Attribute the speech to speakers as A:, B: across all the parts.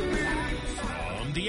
A: From the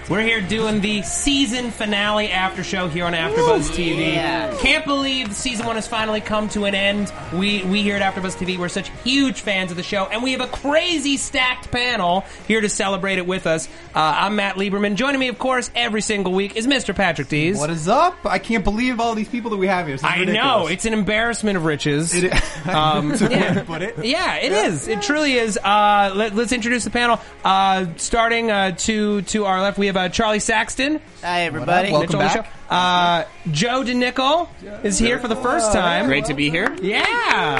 B: We're here doing the season finale after show here on AfterBuzz TV. Can't believe season one has finally come to an end. We we here at AfterBuzz TV we're such huge fans of the show, and we have a crazy stacked panel here to celebrate it with us. Uh, I'm Matt Lieberman. Joining me, of course, every single week is Mr. Patrick Dees.
C: What is up? I can't believe all these people that we have here. This is
B: I
C: ridiculous.
B: know it's an embarrassment of riches.
C: It is. Um, it's a way
B: yeah.
C: to put it.
B: Yeah, it is. It truly is. Uh, let, us introduce the panel. Uh, starting uh, to to our left, we have uh, Charlie Saxton.
D: Hi, everybody.
C: Welcome
B: Mitchell on the
C: back.
B: show. Uh, Joe DeNickel is here for the first time.
D: Great to be here.
B: Yeah.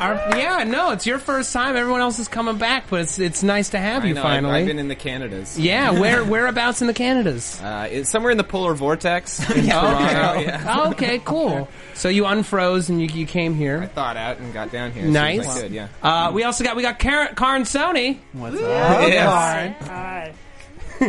B: Our- yeah, no, it's your first time. Everyone else is coming back, but it's it's nice to have you
D: No, I've-
B: finally.
D: I've, been in the Canadas.
B: yeah, where whereabouts in the Canadas?
D: Uh, it's somewhere in the polar vortex in Toronto.
B: okay.
D: Yeah.
B: Oh, okay, cool. So you unfroze and you, you came here.
D: Thawed out and got down here. as soon as
B: Nice.
D: I could, yeah.
B: Uh, we also got we got Karen, Karen Sony.
C: What's up?
D: Yes.
B: Uh,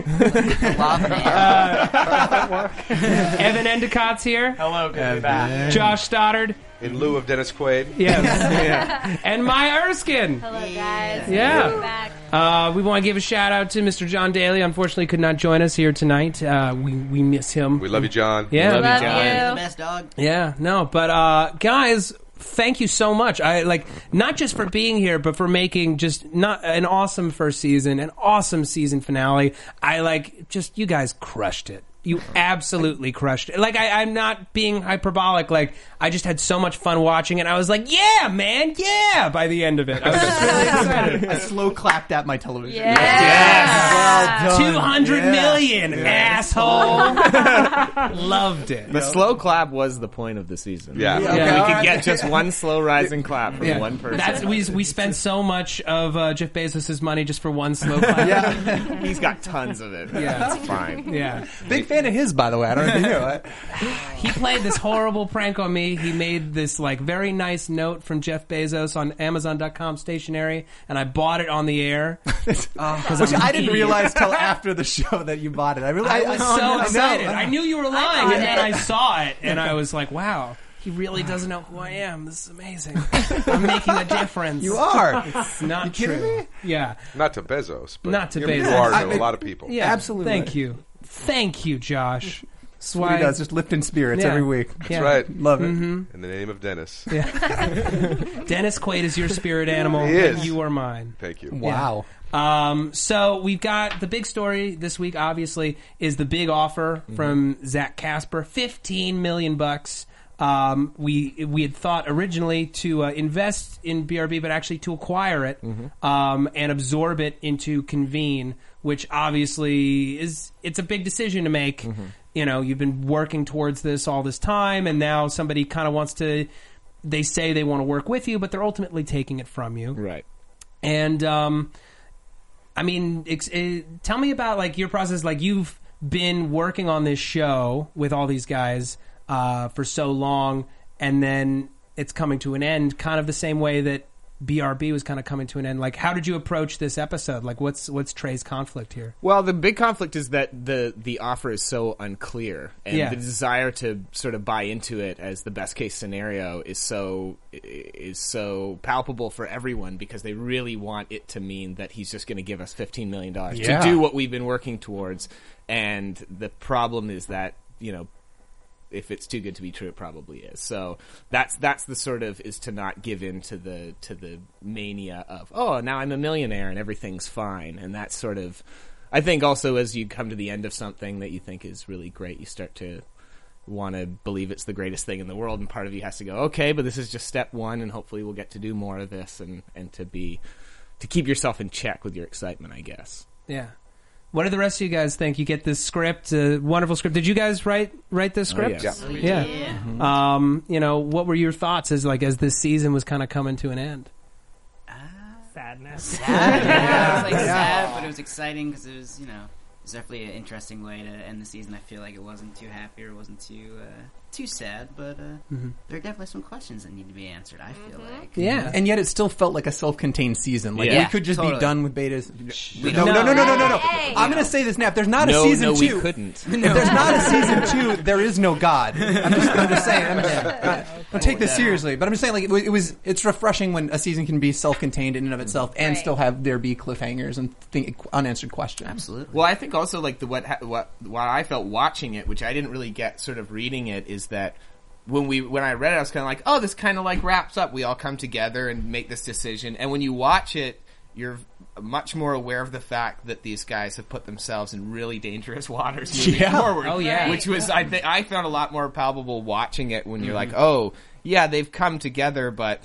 B: Evan Endicott's here.
E: Hello, good to be back.
B: Josh Stoddard.
F: in lieu of Dennis Quaid.
B: Yes. And Maya Erskine.
G: Hello, guys.
B: Yeah.
G: We're back.
B: Uh, we want to give a shout out to Mr. John Daly. Unfortunately, could not join us here tonight. Uh, we, we miss him.
F: We love you, John.
B: yeah.
G: Love
D: John.
G: you.
E: Best dog.
B: Yeah. No, but uh, guys, thank you so much. I like not just for being here, but for making just not an awesome first season, an awesome season finale. I like just you guys crushed it. You absolutely crushed it. Like I, I'm not being hyperbolic. Like I just had so much fun watching it. I was like, yeah, man, yeah. By the end of it, I was just really excited.
C: I slow clapped at my television.
G: Yeah.
C: Well done.
B: Two hundred million asshole. Loved it.
D: The slow clap was the point of the season.
F: Yeah. Yeah.
B: Yeah.
D: we
C: All
D: could
C: right.
D: get just one slow rising clap from
B: Yeah.
D: one person.
B: That's we we spent so much of uh, Jeff Bezos's money just for one slow clap. yeah.
D: He's got tons of it.
B: Yeah.
D: It's fine.
C: Big fan of his, by the way. I don't know if you know. I-
B: he played this horrible prank on me. He made this like very nice note from Jeff Bezos on Amazon.com stationery, and I bought it on the air. Uh,
C: Which I didn't realize till after the show that you bought it. I really,
B: I was so excited. I knew you were lying,
G: bought
B: and then
G: it.
B: I saw it, and I was like, wow. He really doesn't know who I am. This is amazing. I'm making a difference.
C: You are.
B: It's not
C: kidding
B: true.
C: me?
B: Yeah.
F: Not to Bezos, but
B: Not to
F: you know,
B: Bezos.
F: You are to
C: I
F: a
C: mean-
F: lot of people.
B: Yeah,
C: Absolutely.
B: Thank you, thank you, Josh. That's why
C: He does just lifting spirits
B: Yeah.
C: every week.
B: Yeah. Mm-hmm.
F: That's right.
C: Love it.
F: In the name of Dennis.
B: Dennis Quaid is your spirit animal,
F: He is.
B: and you are mine.
F: Thank you.
C: Wow.
B: Um, so we've got the big story this week. Obviously, is the big offer from Zach Casper, fifteen million bucks. Um, we we had thought originally to uh, invest in BRB, but actually to acquire it um, and absorb it into Convene, which obviously is it's a big decision to make. You know, you've been working towards this all this time, and now somebody kind of wants to. They say they want to work with you, but they're ultimately taking it from you
D: Right.
B: and um, I mean, ex- eh, tell me about like your process. Like you've been working on this show with all these guys uh, for so long, and then it's coming to an end, kind of the same way that BRB was kind of coming to an end. Like, how did you approach this episode? Like, what's what's Trey's conflict here?
D: Well, the big conflict is that the the offer is so unclear, and
B: Yeah.
D: the desire to sort of buy into it as the best case scenario is so is so palpable for everyone because they really want it to mean that he's just going to give us fifteen million dollars
C: Yeah.
D: to do what we've been working towards, and the problem is that you know if it's too good to be true, it probably is. So that's that's the sort of is to not give in to the to the mania of oh now I'm a millionaire and everything's fine, and that's sort of I think also as you come to the end of something that you think is really great, you start to want to believe it's the greatest thing in the world, and part of you has to go, okay, but this is just step one, and hopefully we'll get to do more of this, and and to be to keep yourself in check with your excitement, I guess.
B: Yeah. What do the rest of you guys think? You get this script, uh, wonderful script. Did you guys write write
C: Oh,
B: this script?
F: yes.
B: yeah.
C: Mm-hmm.
B: Um, you know, what were your thoughts as like as this season was kind of coming to an end?
E: Sadness. Yeah, it was like sad, but it was exciting because it was you know it was definitely an interesting way to end the season. I feel like it wasn't too happy or wasn't too uh, too sad, but uh, there are definitely some questions that need to be answered. I feel
H: Mm-hmm.
E: like
B: Yeah.
C: And yet it still felt like a self-contained season. Like
D: Yeah.
C: we could just
E: Totally.
C: be done with betas.
E: We
C: No,
E: don't-
C: no, no, no, no, no, no.
G: Hey.
C: I'm gonna say this now. If there's not
D: no,
C: a season
D: no,
C: two,
D: we couldn't.
C: if there's not a season two, there is no God. I'm just, I'm just saying. I'm just, I don't take this seriously, but I'm just saying, like, it, wa- it was. It's refreshing when a season can be self-contained in and of itself, and
G: Right.
C: still have there be cliffhangers and think, unanswered questions.
E: absolutely.
D: Well, I think also like the what ha- what what I felt watching it, which I didn't really get sort of reading it, is that when we when I read it, I was kind of like, oh, this kind of like wraps up. We all come together and make this decision. And when you watch it, you're much more aware of the fact that these guys have put themselves in really dangerous waters moving
C: Yeah.
D: forward.
B: Oh, yeah.
D: which was I think I found a lot more palpable watching it when you're like, oh yeah, they've come together, but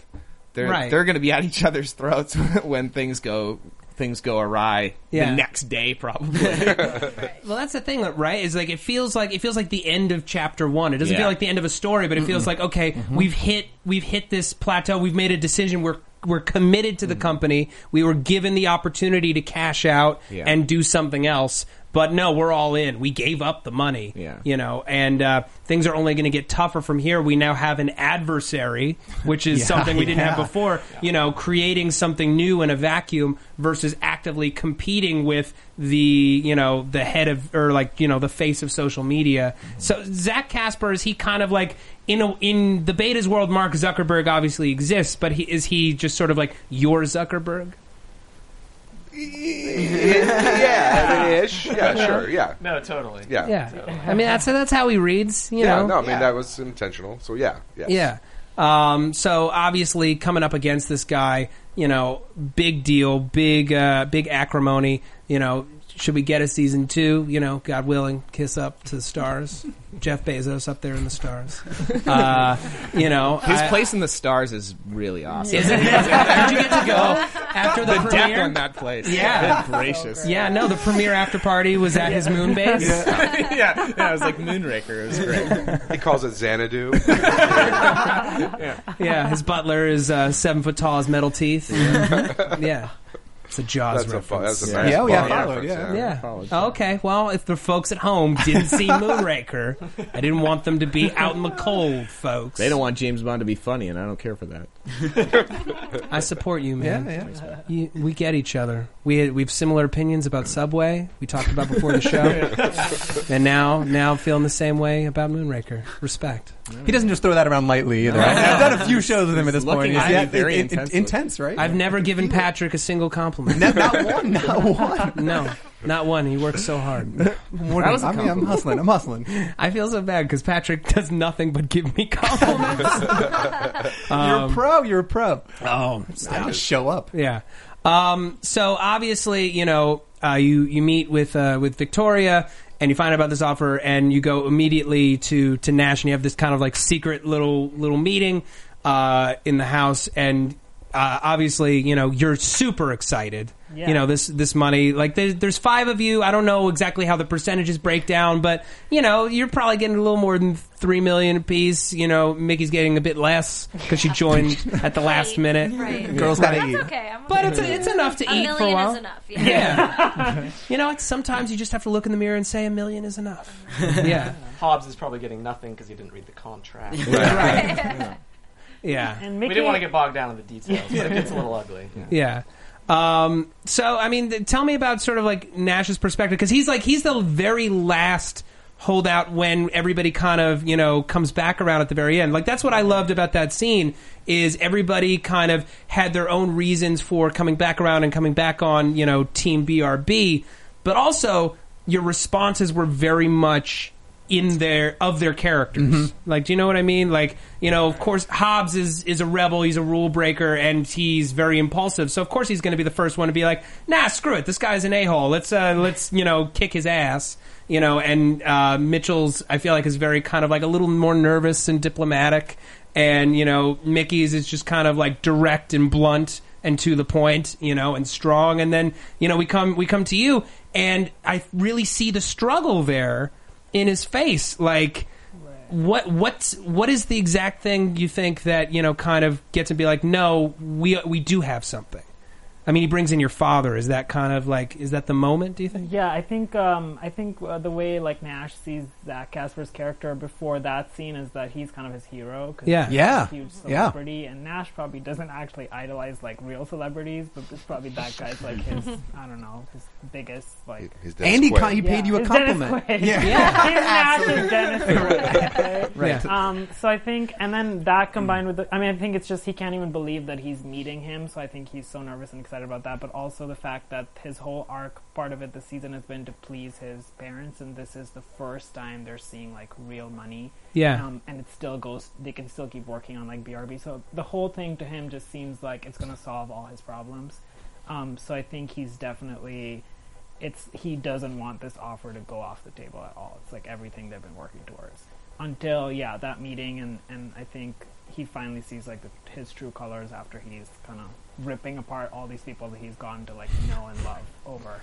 D: they're
B: Right.
D: they're going to be at each other's throats when things go things go awry
B: Yeah.
D: the next day probably.
B: Well, that's the thing, right? Is like it feels like it feels like the end of chapter one. It doesn't
D: Yeah. Mm-hmm.
B: feel like the end of a story, but it feels like okay, we've hit we've hit this plateau. We've made a decision. We're we're committed to
D: Mm-hmm.
B: the company. We were given the opportunity to cash out
D: Yeah.
B: and do something else. But no, we're all in. We gave up the money,
D: Yeah.
B: you know, and uh, things are only going to get tougher from here. We now have an adversary, which is something we didn't have
C: yeah.
B: before before, you know, creating something new in a vacuum versus actively competing with the, you know, the head of or like, you know, the face of social media. So Zach Casper is he kind of like in a, in the betas world Mark Zuckerberg obviously exists, but he is he just sort of like your Zuckerberg?
F: yeah, I mean, ish. Yeah, sure. Yeah,
I: No, totally.
F: yeah,
B: I mean that's that's how he reads, you
F: Yeah,
B: know.
F: no, I mean that was intentional. So yeah, yes.
B: Yeah. Um, so obviously coming up against this guy, you know, big deal, big uh, big acrimony. You know, should we get a season two? You know, God willing, kiss up to the stars. Jeff Bezos up there in the stars. Uh, you know,
D: His
B: I-
D: place in the stars is really awesome.
B: Is it- did you get to go after the,
D: the depth
B: premiere?
D: on that place.
B: Yeah.
D: Good gracious.
B: Yeah, no, the premiere after party was at his moon base.
D: yeah. yeah, it was like Moonraker. It was great.
F: He calls it Xanadu.
B: Yeah, his butler is uh, seven foot tall, has metal teeth. yeah, it's a Jaws
F: That's a
B: reference. Oh,
F: fun, that's a
D: Yeah.
F: nice
C: Yeah, we have
F: fun
C: followed,
F: reference,
C: yeah.
B: Yeah. Oh,
D: College.
B: Okay. Well, if the folks at home didn't see Moonraker, I didn't want them to be out in the cold, folks.
D: They don't want James Bond to be funny, and I don't care for that.
B: I support you,
C: Yeah,
B: man.
C: yeah.
B: You, we get each other. We we have similar opinions about Subway. We talked about before the show, and now now feeling the same way about Moonraker. Respect.
C: He doesn't just throw that around lightly either. I've done a few shows with him at this
D: looking
C: point.
D: at
C: He's-
D: you very intensely.
C: intense, right?
B: I've never given Patrick a single compliment.
C: not, not one, not one.
B: No, not one. He works so hard.
C: I'm working- I mean, I'm hustling. I'm hustling.
B: I feel so bad because Patrick does nothing but give me compliments.
C: you're a pro. You're a pro.
B: um, oh,
C: I just show up.
B: Yeah. Um, so obviously, you know, uh, you you meet with uh, with Victoria, and you find out about this offer, and you go immediately to to Nash, and you have this kind of like secret little little meeting uh, in the house, and uh, obviously, you know, you're super excited.
I: Yeah.
B: You know this this money. Like there's, there's five of you. I don't know exactly how the percentages break down, but you know you're probably getting a little more than three million apiece. You know Mickey's getting a bit less because she joined at the last
G: Right.
B: minute.
G: Right.
C: Girls gotta
G: That's
C: eat.
G: okay. I'm
B: But it's, it's enough to
G: a
B: eat
G: million
B: for a while.
G: is enough. Yeah.
B: Yeah. you know, it's, sometimes you just have to look in the mirror and say a million is enough. Yeah.
I: Hobbs is probably getting nothing because he didn't read the contract.
B: Yeah.
I: We didn't want to get bogged down in the details, but it gets a little ugly.
B: Yeah. Um, so, I mean, th- tell me about sort of like Nash's perspective because he's like, he's the very last holdout when everybody kind of, you know, comes back around at the very end. Like, that's what I loved about that scene is everybody kind of had their own reasons for coming back around and coming back on, you know, Team BRB. But also, your responses were very much in their of their characters. Like, do you know what I mean? Like, you know, of course, Hobbs is is a rebel. He's a rule breaker, and he's very impulsive. So of course, he's going to be the first one to be like, "Nah, screw it. This guy's an a hole. Let's uh, let's you know kick his ass." You know, and uh, Mitchell's I feel like is very kind of like a little more nervous and diplomatic, and you know, Mickey's is just kind of like direct and blunt and to the point, you know, and strong. And then you know we come we come to you, and I really see the struggle there in his face. Like, what what's what is the exact thing you think that you know kind of gets to be like, no, we we do have something. I mean, he brings in your father. Is that kind of like is that the moment? Do you think?
G: Yeah, I think um, I think uh, the way like Nash sees Zach Casper's character before that scene is that he's kind of his hero. Cause
B: Yeah.
G: he's
C: Yeah.
G: a huge
C: Yeah.
G: celebrity, and Nash probably doesn't actually idolize like real celebrities, but it's probably that guy's like his I don't know his biggest like.
F: He's Dennis
C: Andy,
F: Quaid.
C: Con- he paid you a
G: It's Dennis
C: compliment.
G: Quaid.
C: Yeah.
G: He's Nash is Dennis Quaid, okay?
C: Right.
G: Um, so I think, and then that combined with, the, I mean, I think it's just he can't even believe that he's meeting him. So I think he's so nervous and excited about that. But also the fact that his whole arc, part of it this season, has been to please his parents, and this is the first time they're seeing like real money.
B: Yeah.
G: Um, and it still goes. They can still keep working on like BRB. So the whole thing to him just seems like it's going to solve all his problems. Um, so I think he's definitely. It's he doesn't want this offer to go off the table at all. It's like everything they've been working towards until yeah that meeting and and I think he finally sees like the, his true colors after he's kind of ripping apart all these people that he's gotten to like know and love over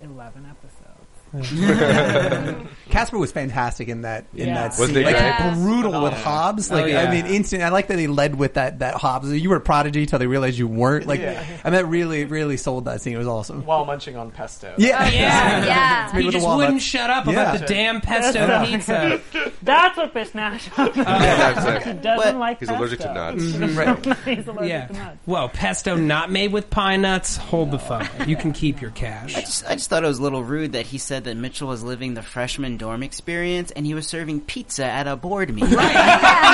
G: eleven episodes.
C: Casper was fantastic in that in
G: Yeah.
C: that
G: Was
C: scene.
F: they
C: like
H: Yeah.
C: brutal with
I: Phenomenal.
C: Hobbs. Like
B: Oh, yeah.
C: I mean, instant. I like that they led with that that Hobbs. You were a prodigy till they realized you weren't. Like, and that really really sold that scene. It was awesome.
I: while munching on pesto.
C: Yeah,
B: Oh, Yeah.
H: yeah.
C: made
B: He
C: with the
B: just
C: walnuts.
B: wouldn't shut up
C: Yeah.
B: about the damn pesto
G: Yeah.
B: pizza.
G: That's what Fish Nash
F: Yeah, that's it.
G: doesn't
C: What?
G: like.
F: He's allergic to
G: pesto.
F: nuts.
C: right.
G: he's allergic
B: Yeah.
G: to nuts.
B: Whoa, pesto not made with pine nuts. Hold the fuck. You can keep your cash.
E: just, I just thought it was a little rude that he said that Mitchell was living the freshman dorm experience and he was serving pizza at a board meeting.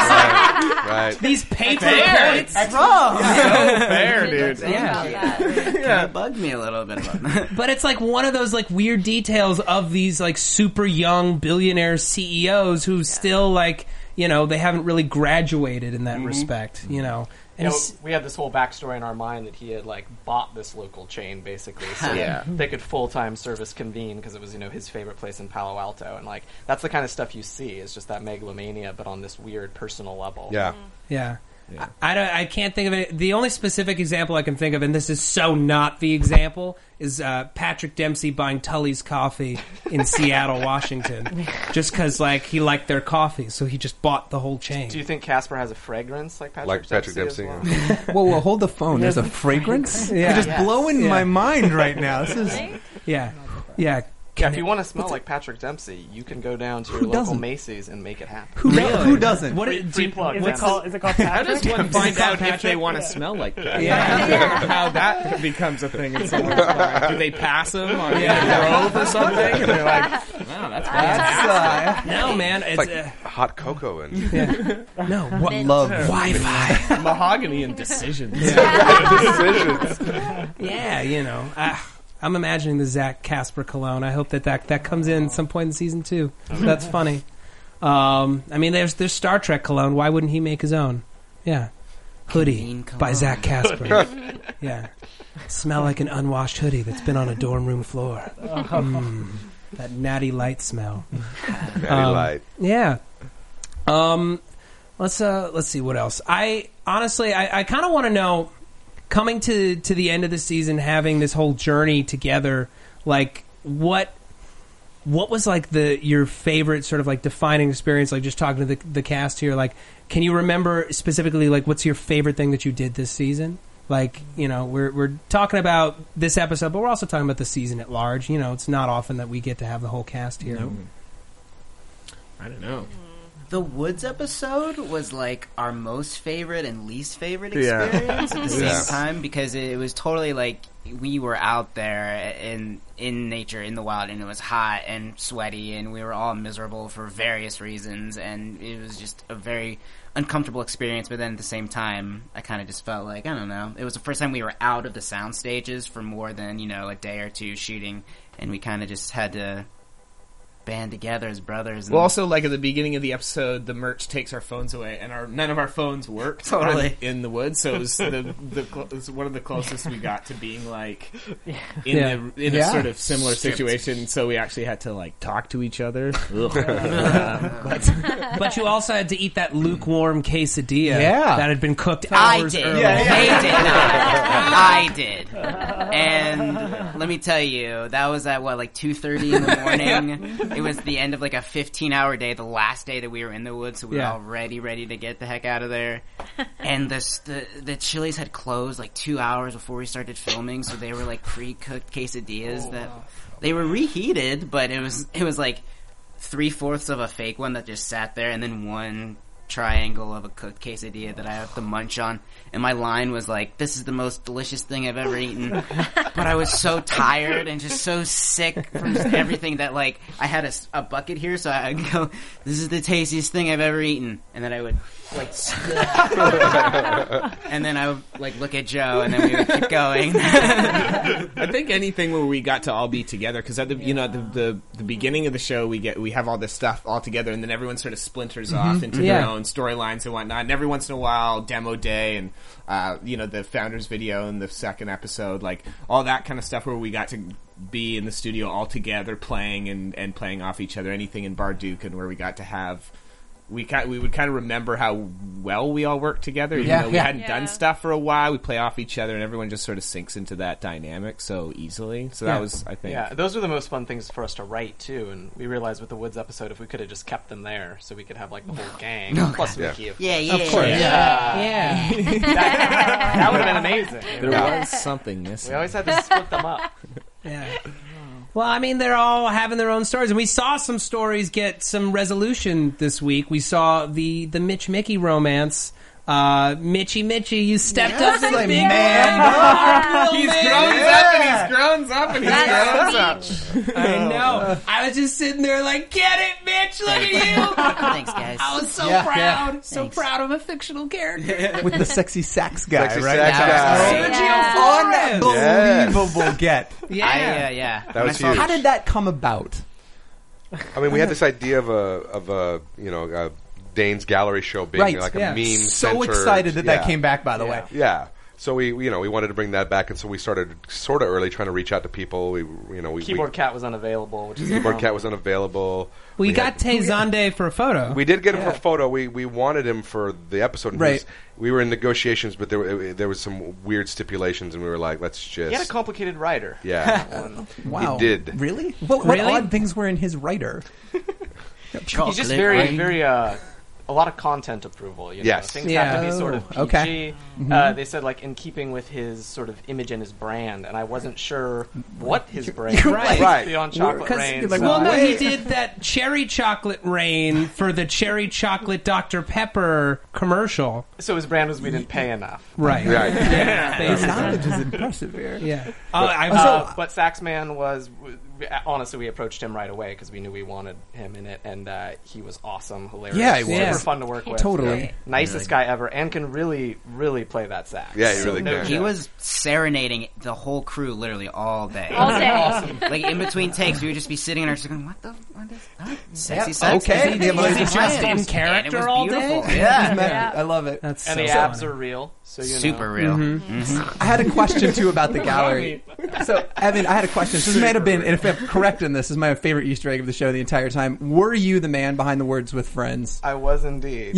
F: Right.
B: These paper plates.
I: Fair,
H: About
I: dude.
H: that.
E: yeah, it bugged me a little bit about that.
B: But it's like one of those like weird details of these like super young billionaire CEOs who still like you know they haven't really graduated in that respect. You know,
I: You
B: and
I: know,
B: it's-
I: we had this whole backstory in our mind that he had like bought this local chain basically, so
D: Yeah.
I: they could full time service convene because it was you know his favorite place in Palo Alto, and like that's the kind of stuff you see is just that megalomania, but on this weird personal level.
F: Yeah.
B: Yeah. I, I don't. I can't think of it. The only specific example I can think of, and this is so not the example, is uh, Patrick Dempsey buying Tully's coffee in Seattle, Washington, just because like he liked their coffee, so he just bought the whole chain.
I: Do you think Casper has a fragrance like Patrick
F: Like Patrick
I: Dempsey? as
F: Dempsey,
I: well?
C: Whoa, whoa, hold the
B: Oh,
C: phone. There's a fragrance. Yeah. You're just blowing my mind right now. This is
B: yeah, yeah.
I: yeah, if you want to smell like Patrick Dempsey, you can go down to your local
C: doesn't?
I: Macy's and make it happen.
C: who, who doesn't?
B: What
I: Free-
B: do-
I: free plug.
G: Is it
I: What's-
G: called? Is it called?
D: How does one find out if they want to
G: Yeah.
D: smell like that?
B: Yeah.
D: How that becomes a thing in someone's mind. Do they pass them on yeah. a grove or something? And they're like, wow, that's bad.
C: That's,
B: No, man. It's,
F: Like hot cocoa and
B: uh, no. What
C: uh, love
B: Wi-Fi?
D: Mahogany and decisions.
F: decisions.
B: Yeah, you know. I, I'm imagining the Zach Casper cologne. I hope that that, that comes in some point in season two. That's funny. Um, I mean, there's there's Star Trek cologne. Why wouldn't he make his own? Yeah, hoodie
E: Convene
B: by
E: cologne.
B: Zach Casper. yeah, smell like an unwashed hoodie that's been on a dorm room floor.
C: Oh.
B: Mm, that natty light smell.
F: Natty
B: Um,
F: Light.
B: Yeah. Um, let's uh, let's see what else. I honestly, I, I kind of want to know. Coming to to the end of the season, having this whole journey together, like what what was like the your favorite sort of like defining experience? Like just talking to the the cast here, like can you remember specifically like what's your favorite thing that you did this season? Like you know, we're we're talking about this episode, but we're also talking about the season at large. You know, it's not often that we get to have the whole cast here.
D: I don't know.
E: The Woods episode was like our most favorite and least favorite experience at the same
F: Yeah.
E: time because it was totally like we were out there in in nature in the wild and it was hot and sweaty and we were all miserable for various reasons and it was just a very uncomfortable experience but then at the same time I kind of just felt like I don't know it was the first time we were out of the sound stages for more than you know a day or two shooting and we kind of just had to band together as brothers. And
D: Well, also like at the beginning of the episode, the merch takes our phones away, and our none of our phones worked
E: Totally.
D: in the woods. So it was the the cl- it was one of the closest we got to being like in
B: Yeah.
D: a in
C: Yeah.
D: a sort of similar situation. So we actually had to like talk to each other. Ugh. Uh, but
B: But you also had to eat that lukewarm quesadilla
C: Yeah.
B: that had been cooked
E: I
B: hours
E: did.
B: earlier.
E: They did not. I did. And let me tell you, that was at what, like two thirty in the morning. It was the end of like a fifteen-hour day, the last day that we were in the woods, so we were
B: Yeah.
E: all ready, ready to get the heck out of there. And the s- the, the Chili's had closed like two hours before we started filming, so they were like pre-cooked quesadillas that they were reheated, but it was it was like three fourths of a fake one that just sat there, and then one triangle of a cooked quesadilla that I have to munch on. And my line was like, "This is the most delicious thing I've ever eaten," but I was so tired and just so sick from just everything that like I had a, s- a bucket here, so I would go, "This is the tastiest thing I've ever eaten," and then I would like. spit. and then I would like look at Joe, and then we would keep going.
D: I think anything where we got to all be together because at the you know at the, the the beginning of the show we get we have all this stuff all together and then everyone sort of splinters
C: Mm-hmm.
D: off into their
B: Yeah.
D: own storylines and whatnot and every once in a while demo day and uh, you know the founders video and the second episode like all that kind of stuff where we got to be in the studio all together playing and and playing off each other anything in Barduke and where we got to have. We kind we would kind of remember how well we all worked together, even
C: Yeah,
D: though we
C: yeah.
D: hadn't done
H: Yeah.
D: stuff stuff for a while. We play off each other, and everyone just sort of sinks into that dynamic so easily. So that was, I think,
I: Yeah, those were the most fun things for us to write too, and we realized with the Woods episode if we could have just kept them there, so we could have like the whole gang plus
F: Yeah.
I: Mickey. Of
E: yeah, yeah,
C: Of course.
B: Yeah.
I: that, that would have been amazing.
D: there was something
I: We
D: missing.
I: always had to split them up.
B: Yeah. Well, I mean, they're all having their own stories, and we saw some stories get some resolution this week. We saw the the Mitch Mickey romance. Uh, Mitchy Mitchy, you stepped up
C: Yes,
B: in
C: my
B: big
C: man.
B: way. Our little man.
D: grown up and he's
H: That's speech.
B: I know. I was just sitting there like, get it, Mitch. Look at you.
E: Thanks, guys.
B: I was so
C: Yeah, yeah.
B: proud, so
E: Thanks.
B: proud of a fictional character,
C: with the sexy sax guy,
F: Sexy
C: right?
F: sax
E: That
F: guy.
E: was
B: Sergio
H: Yeah.
B: Flores.
F: Yes.
C: Unbelievable get.
B: Yeah.
E: I, uh, yeah.
F: That was
E: I saw-
F: huge.
C: How did that come about?
F: I mean, we
C: Uh-huh.
F: had this idea of a of a you know a Dane's gallery show being
C: Right,
F: like
C: yeah.
F: a meme.
C: So excited that that came back, by the way.
F: Yeah. So we, you know, we wanted to bring that back, and so we started sort of early trying to reach out to people. We, you know, we
I: Keyboard
F: we,
I: Cat was unavailable, which is a
F: keyboard
I: bummer.
F: cat was unavailable.
B: We,
F: had-
B: got Tay Zonde for a photo.
F: We did get him for photo. We we wanted him for the episode. and he
C: Right.
F: was- we were in negotiations, but there were- there was some weird stipulations, and we were like, let's just.
I: He had a complicated writer.
F: yeah.
C: Wow.
F: did.
C: Really? What, what
B: Really?
C: odd things were in his writer?
I: He's just
E: Chocolate
I: very,
E: rain.
I: very, uh, a lot of content approval. You know?
F: Yes.
I: Things have to
C: Yeah.
I: be sort of PG.
C: Oh, okay.
I: Uh,
B: Mm-hmm.
I: they said, like, in keeping with his sort of image and his brand, and I wasn't sure what his brand was
B: right.
F: Right.
I: beyond Chocolate
C: Because
I: Rain.
C: you're like,
I: so-
B: Well, no, he
C: Wait.
B: did that cherry chocolate rain for the cherry chocolate Dr. Pepper commercial.
I: so his brand was we didn't pay enough.
B: Right.
F: Right.
C: His
B: Basically.
C: knowledge is impressive here.
B: Yeah. Oh, I,
I: Uh, but Saxman was w- w- honestly, we approached him right away because we knew we wanted him in it, and uh, he was awesome, hilarious,
C: Yeah, he
I: super
B: was.
I: fun to work with,
C: Totally.
I: nicest guy ever, and can really, really play that sax.
F: Yeah, he really
I: no
F: can.
I: joke.
E: He was serenading the whole crew literally all day.
H: All day.
E: like in between takes, we would just be sitting in our just going, "What the? What is that? Sexy
C: Yeah,
E: sex?
C: okay.
E: Is
C: The
E: it- is
C: emoji
E: it
C: just
E: plans?"
B: in
E: And it was
B: character all day?
E: beautiful.
C: He's
E: Yeah,
C: magic.
H: Yeah.
C: I love it.
B: that's
I: and
B: so
I: the abs
B: funny.
I: are real, so you
E: super
I: know.
E: real.
C: Mm-hmm.
E: Mm-hmm.
C: I had a question too about the gallery. So, Evan, I had a question. So this might have been, and if I'm correct in this, this is my favorite Easter egg of the show the entire time. Were you the man behind the words with friends?
I: I was indeed.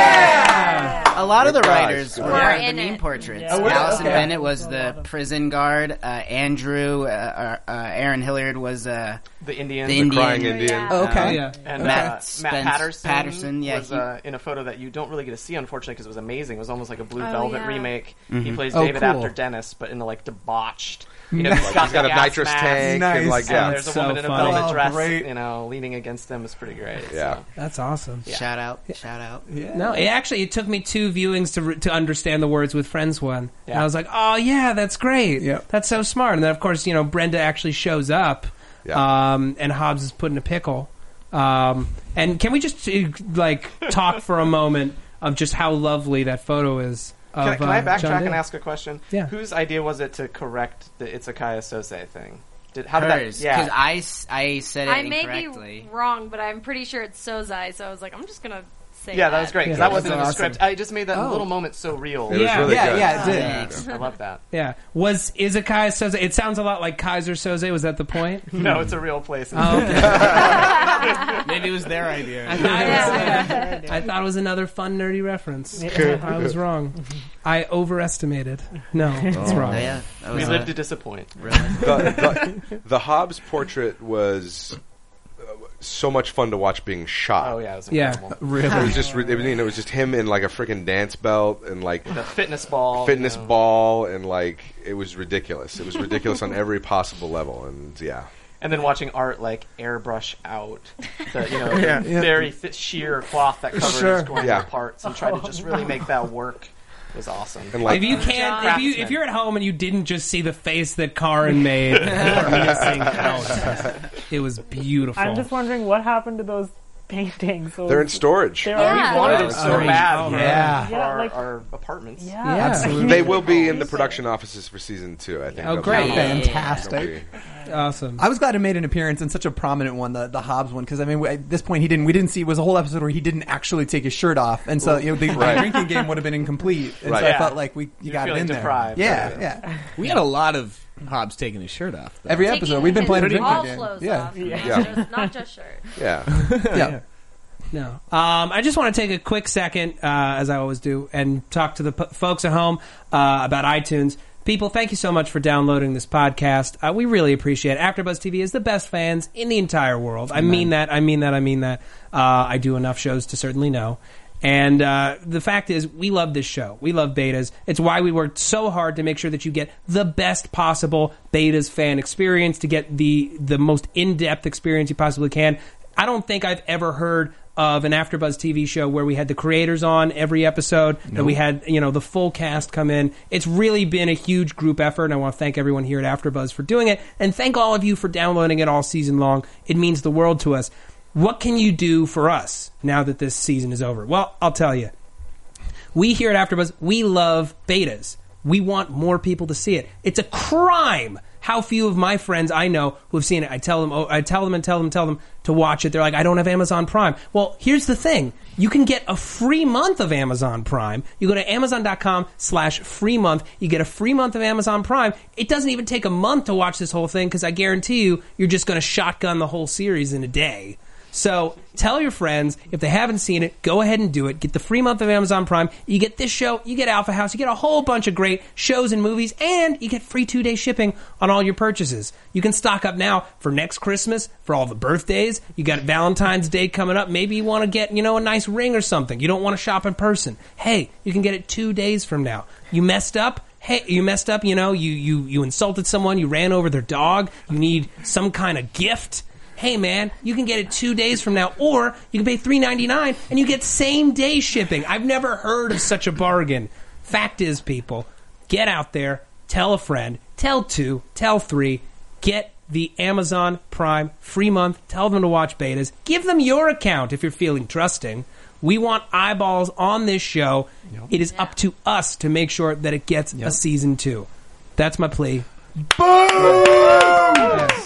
C: Yeah.
E: A lot of the
F: Gosh.
E: writers were
H: Were
E: the
H: in
E: main
H: it.
E: portraits.
G: Yeah. Oh, really?
E: Allison
G: Okay.
E: Bennett was the prison guard. Uh, Andrew, uh, uh, uh, Aaron Hilliard was uh,
I: the Indian. Um,
E: The Indian.
F: Crying
H: Yeah.
F: Indian.
C: Oh,
B: Oh,
C: okay.
B: yeah.
I: And
E: Matt
I: uh, Matt
E: Spence-
I: Patterson,
E: Patterson, yeah,
I: was
E: he-
I: uh, in a photo that you don't really get to see, unfortunately, because it was amazing. It was almost like a Blue
H: Oh,
I: Velvet
H: yeah.
I: remake.
E: Mm-hmm.
I: He plays
C: Oh,
I: David
C: cool.
I: after Dennis, but in a like debauched. You know, he's got,
F: He's got
I: the
F: a
I: gas
F: nitrous
I: mask,
F: tank and
C: Nice.
F: like
I: Yeah,
F: yeah,
I: there's a
B: so
I: woman in a
B: funny.
I: velvet
C: Oh,
I: dress,
C: great.
I: you know, leaning against him. It's pretty great.
F: Yeah.
I: so.
B: That's awesome.
E: shout out, shout out.
B: No, it actually it took me two viewings to re- to understand the words with friends one. And
I: Yeah.
B: I was like, "Oh yeah, that's great.
C: Yeah.
B: That's so smart." And then of course, you know, Brenda actually shows up.
F: Yeah.
B: Um and Hobbs is put in a pickle. Um and can we just uh, like talk for a moment of just how lovely that photo is? Of,
I: Can, I- can I
B: uh, John
I: backtrack
B: Deere?
I: and ask a question?
B: Yeah.
I: Whose idea was it to correct the Itzakai Sose thing? Did, how did
E: Hers,
I: that? Yeah,
E: because I, s- I said it
H: I may
E: incorrectly.
H: be wrong, but I'm pretty sure it's Sozai, so I was like, I'm just gonna say
I: yeah, that was great. 'cause
B: Yeah,
I: that wasn't in the
B: that's awesome.
I: script. I just made that
C: Oh.
I: little moment so real.
F: It was
B: Yeah.
F: really
C: yeah,
F: good.
C: yeah, it did.
E: Thanks.
I: I love that.
B: Yeah. Was Izakaya Soze? It sounds a lot like Kaiser Soze. Was that the point?
I: No, it's a real place.
B: Oh, okay.
D: Maybe it was their idea.
H: Yeah.
B: I thought it was another fun nerdy reference. I was wrong. I overestimated. No, it's
E: Oh,
B: wrong.
E: yeah. That
I: we
E: was,
I: live
E: uh,
I: to disappoint.
F: the, the, the Hobbs portrait was uh, so much fun to watch being shot.
I: Oh yeah, it was
B: Yeah.
I: incredible.
F: It was just, re- I mean, it was just him in like a freaking dance belt and like
I: The fitness ball.
F: fitness
I: you know.
F: ball and like it was ridiculous. It was ridiculous on every possible level, and yeah,
I: and then watching art like airbrush out the you know the very th- sheer cloth that covered
C: Sure.
I: his corner
F: Yeah.
I: parts and try to just really make that work was awesome.
F: and like
B: If you can't, if you if you're at home and you didn't just see the face that Karin made, you're missing out. It was beautiful.
G: I'm just wondering what happened to those paintings. Those,
F: they're in storage.
G: They're
H: Yeah.
G: already
I: we wanted
G: gone.
I: it so
B: Oh,
I: bad.
B: yeah.
I: for-
C: Yeah.
I: for
G: Yeah,
I: our,
G: like-
I: our apartments.
G: Yeah.
B: Yeah, absolutely.
F: They will be in the production offices for season two. I think.
B: Oh,
F: They'll
B: great.
F: be-
C: Fantastic.
F: they'll be-
B: awesome.
C: I was glad it made an appearance and such a prominent one, the the Hobbs one, because I mean, we- at this point, he didn't. We didn't see it was a whole episode where he didn't actually take his shirt off, and so you know, the, the
F: Right.
C: drinking game would have been incomplete. And
F: Right.
C: so
F: Yeah.
C: I felt like we you
I: You're
C: got it
I: feeling
C: in
I: deprived.
C: there. Yeah, yeah.
D: We had a lot of Hobbs taking his shirt off. though.
C: Every
H: Taking
C: episode, we've been playing a
H: his
C: drinking
H: all
C: game.
H: clothes
C: yeah.
H: off, yeah.
F: Yeah.
H: Just, not just shirt.
F: Yeah.
C: yeah,
B: No, um, I just want to take a quick second, uh, as I always do, and talk to the p- folks at home uh, about iTunes. People, thank you so much for downloading this podcast. Uh, we really appreciate it. AfterBuzz TV is the best fans in the entire world. I mean that. I mean that. I mean that. Uh, I do enough shows to certainly know. And uh, the fact is, we love this show. We love betas. It's why we worked so hard to make sure that you get the best possible betas fan experience, to get the the most in depth experience you possibly can. I don't think I've ever heard of an AfterBuzz TV show where we had the creators on every episode, that we had you know the full cast come in. It's really been a huge group effort, and I want to thank everyone here at AfterBuzz for doing it, and thank all of you for downloading it all season long. It means the world to us. What can you do for us now that this season is over? Well, I'll tell you. We here at AfterBuzz, we love betas. We want more people to see it. It's a crime how few of my friends I know who have seen it. I tell them, oh, I tell them, and tell them, tell them to watch it. They're like, I don't have Amazon Prime. Well, here's the thing: you can get a free month of Amazon Prime. You go to Amazon.com/slash free month. You get a free month of Amazon Prime. It doesn't even take a month to watch this whole thing because I guarantee you, you're just going to shotgun the whole series in a day. So tell your friends if they haven't seen it, go ahead and do it. Get the free month of Amazon Prime. You get this show, you get Alpha House, you get a whole bunch of great shows and movies, and you get free two day shipping on all your purchases. You can stock up now for next Christmas, for all the birthdays. You got Valentine's Day coming up. Maybe you want to get you know a nice ring or something. You don't want to shop in person. Hey, you can get it two days from now. You messed up hey you messed up you know you you you insulted someone you ran over their dog you need some kind of gift hey man you can get it two days from now or you can pay $3.99 and you get same day shipping i've never heard of such a bargain fact is people get out there tell a friend tell two tell three get the Amazon Prime free month. Tell them to watch betas. Give them your account if you're feeling trusting. We want eyeballs on this show. It is up to us to make sure that it gets a season two. That's my plea.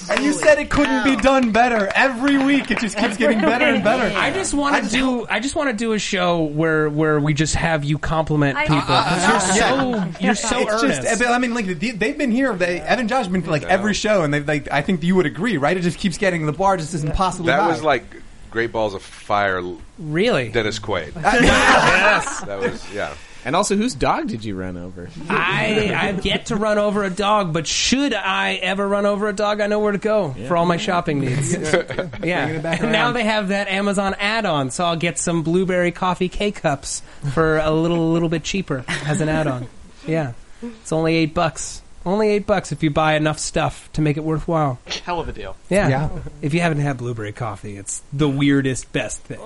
C: And you said it couldn't be done better. Every week, it just keeps getting better and better.
B: I just want to do. I just want to do a show where where we just have you compliment
H: I-
B: people. 'cause you're
C: Yeah.
B: so you're so
C: it's
B: earnest.
C: just, I mean, like they- they've been here. They, Evan and Josh have been for like every show, and they like. I think you would agree, right? It just keeps getting the bar just isn't possible.
F: That was like Great Balls of Fire,
B: really,
F: Dennis Quaid. That was yeah.
D: And also, whose dog did you run over?
B: I I've yet to run over a dog, but should I ever run over a dog, I know where to go for all my shopping needs. Yeah.
C: Bringing it back
B: and now
C: around.
B: they have that Amazon add-on, so I'll get some blueberry coffee K cups for a little little bit cheaper as an add-on. Yeah. It's only 8 bucks. Only 8 bucks if you buy enough stuff to make it worthwhile.
I: Hell of a deal.
B: Yeah.
C: Yeah.
B: If you haven't had blueberry coffee, it's the weirdest best thing.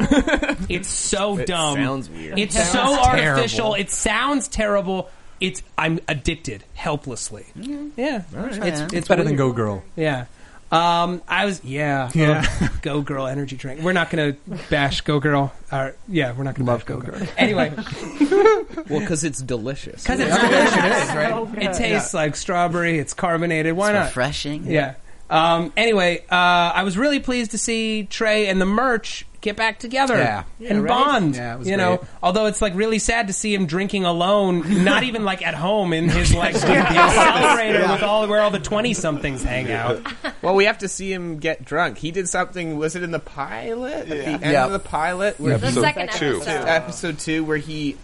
B: it's so dumb.
D: sounds weird.
B: It's
C: Sounds terrible.
B: so artificial. It sounds terrible. It's I'm addicted helplessly.
D: Mm-hmm.
B: Yeah. It's, it's,
C: better than Go
B: weird.
C: Girl.
B: Yeah. Um, I was yeah,
C: Yeah.
B: Ugh, Go Girl energy drink. We're not gonna bash Go Girl. Or, yeah, we're not gonna
C: Love
B: bash Go
C: Go
B: Girl. Anyway,
D: Well, because it's delicious.
B: because it's delicious,
C: right?
B: it tastes like strawberry. It's carbonated. Why
E: It's
B: not?
E: refreshing.
B: Yeah. Um, anyway, uh, I was really pleased to see Trey and the merch get back together
C: Yeah.
B: and
C: Yeah, right?
B: bond.
C: Yeah, it was
B: you know,
C: great.
B: although it's like really sad to see him drinking alone, not even like at home in his like accelerator with all where all the twenty somethings hang out.
D: Well, we have to see him get drunk. He did something. Was it in the pilot? At the end
C: Yeah.
D: of the pilot, where
C: Yeah.
D: he-
H: The
F: So,
H: second
F: two.
H: episode.
D: episode two, where he,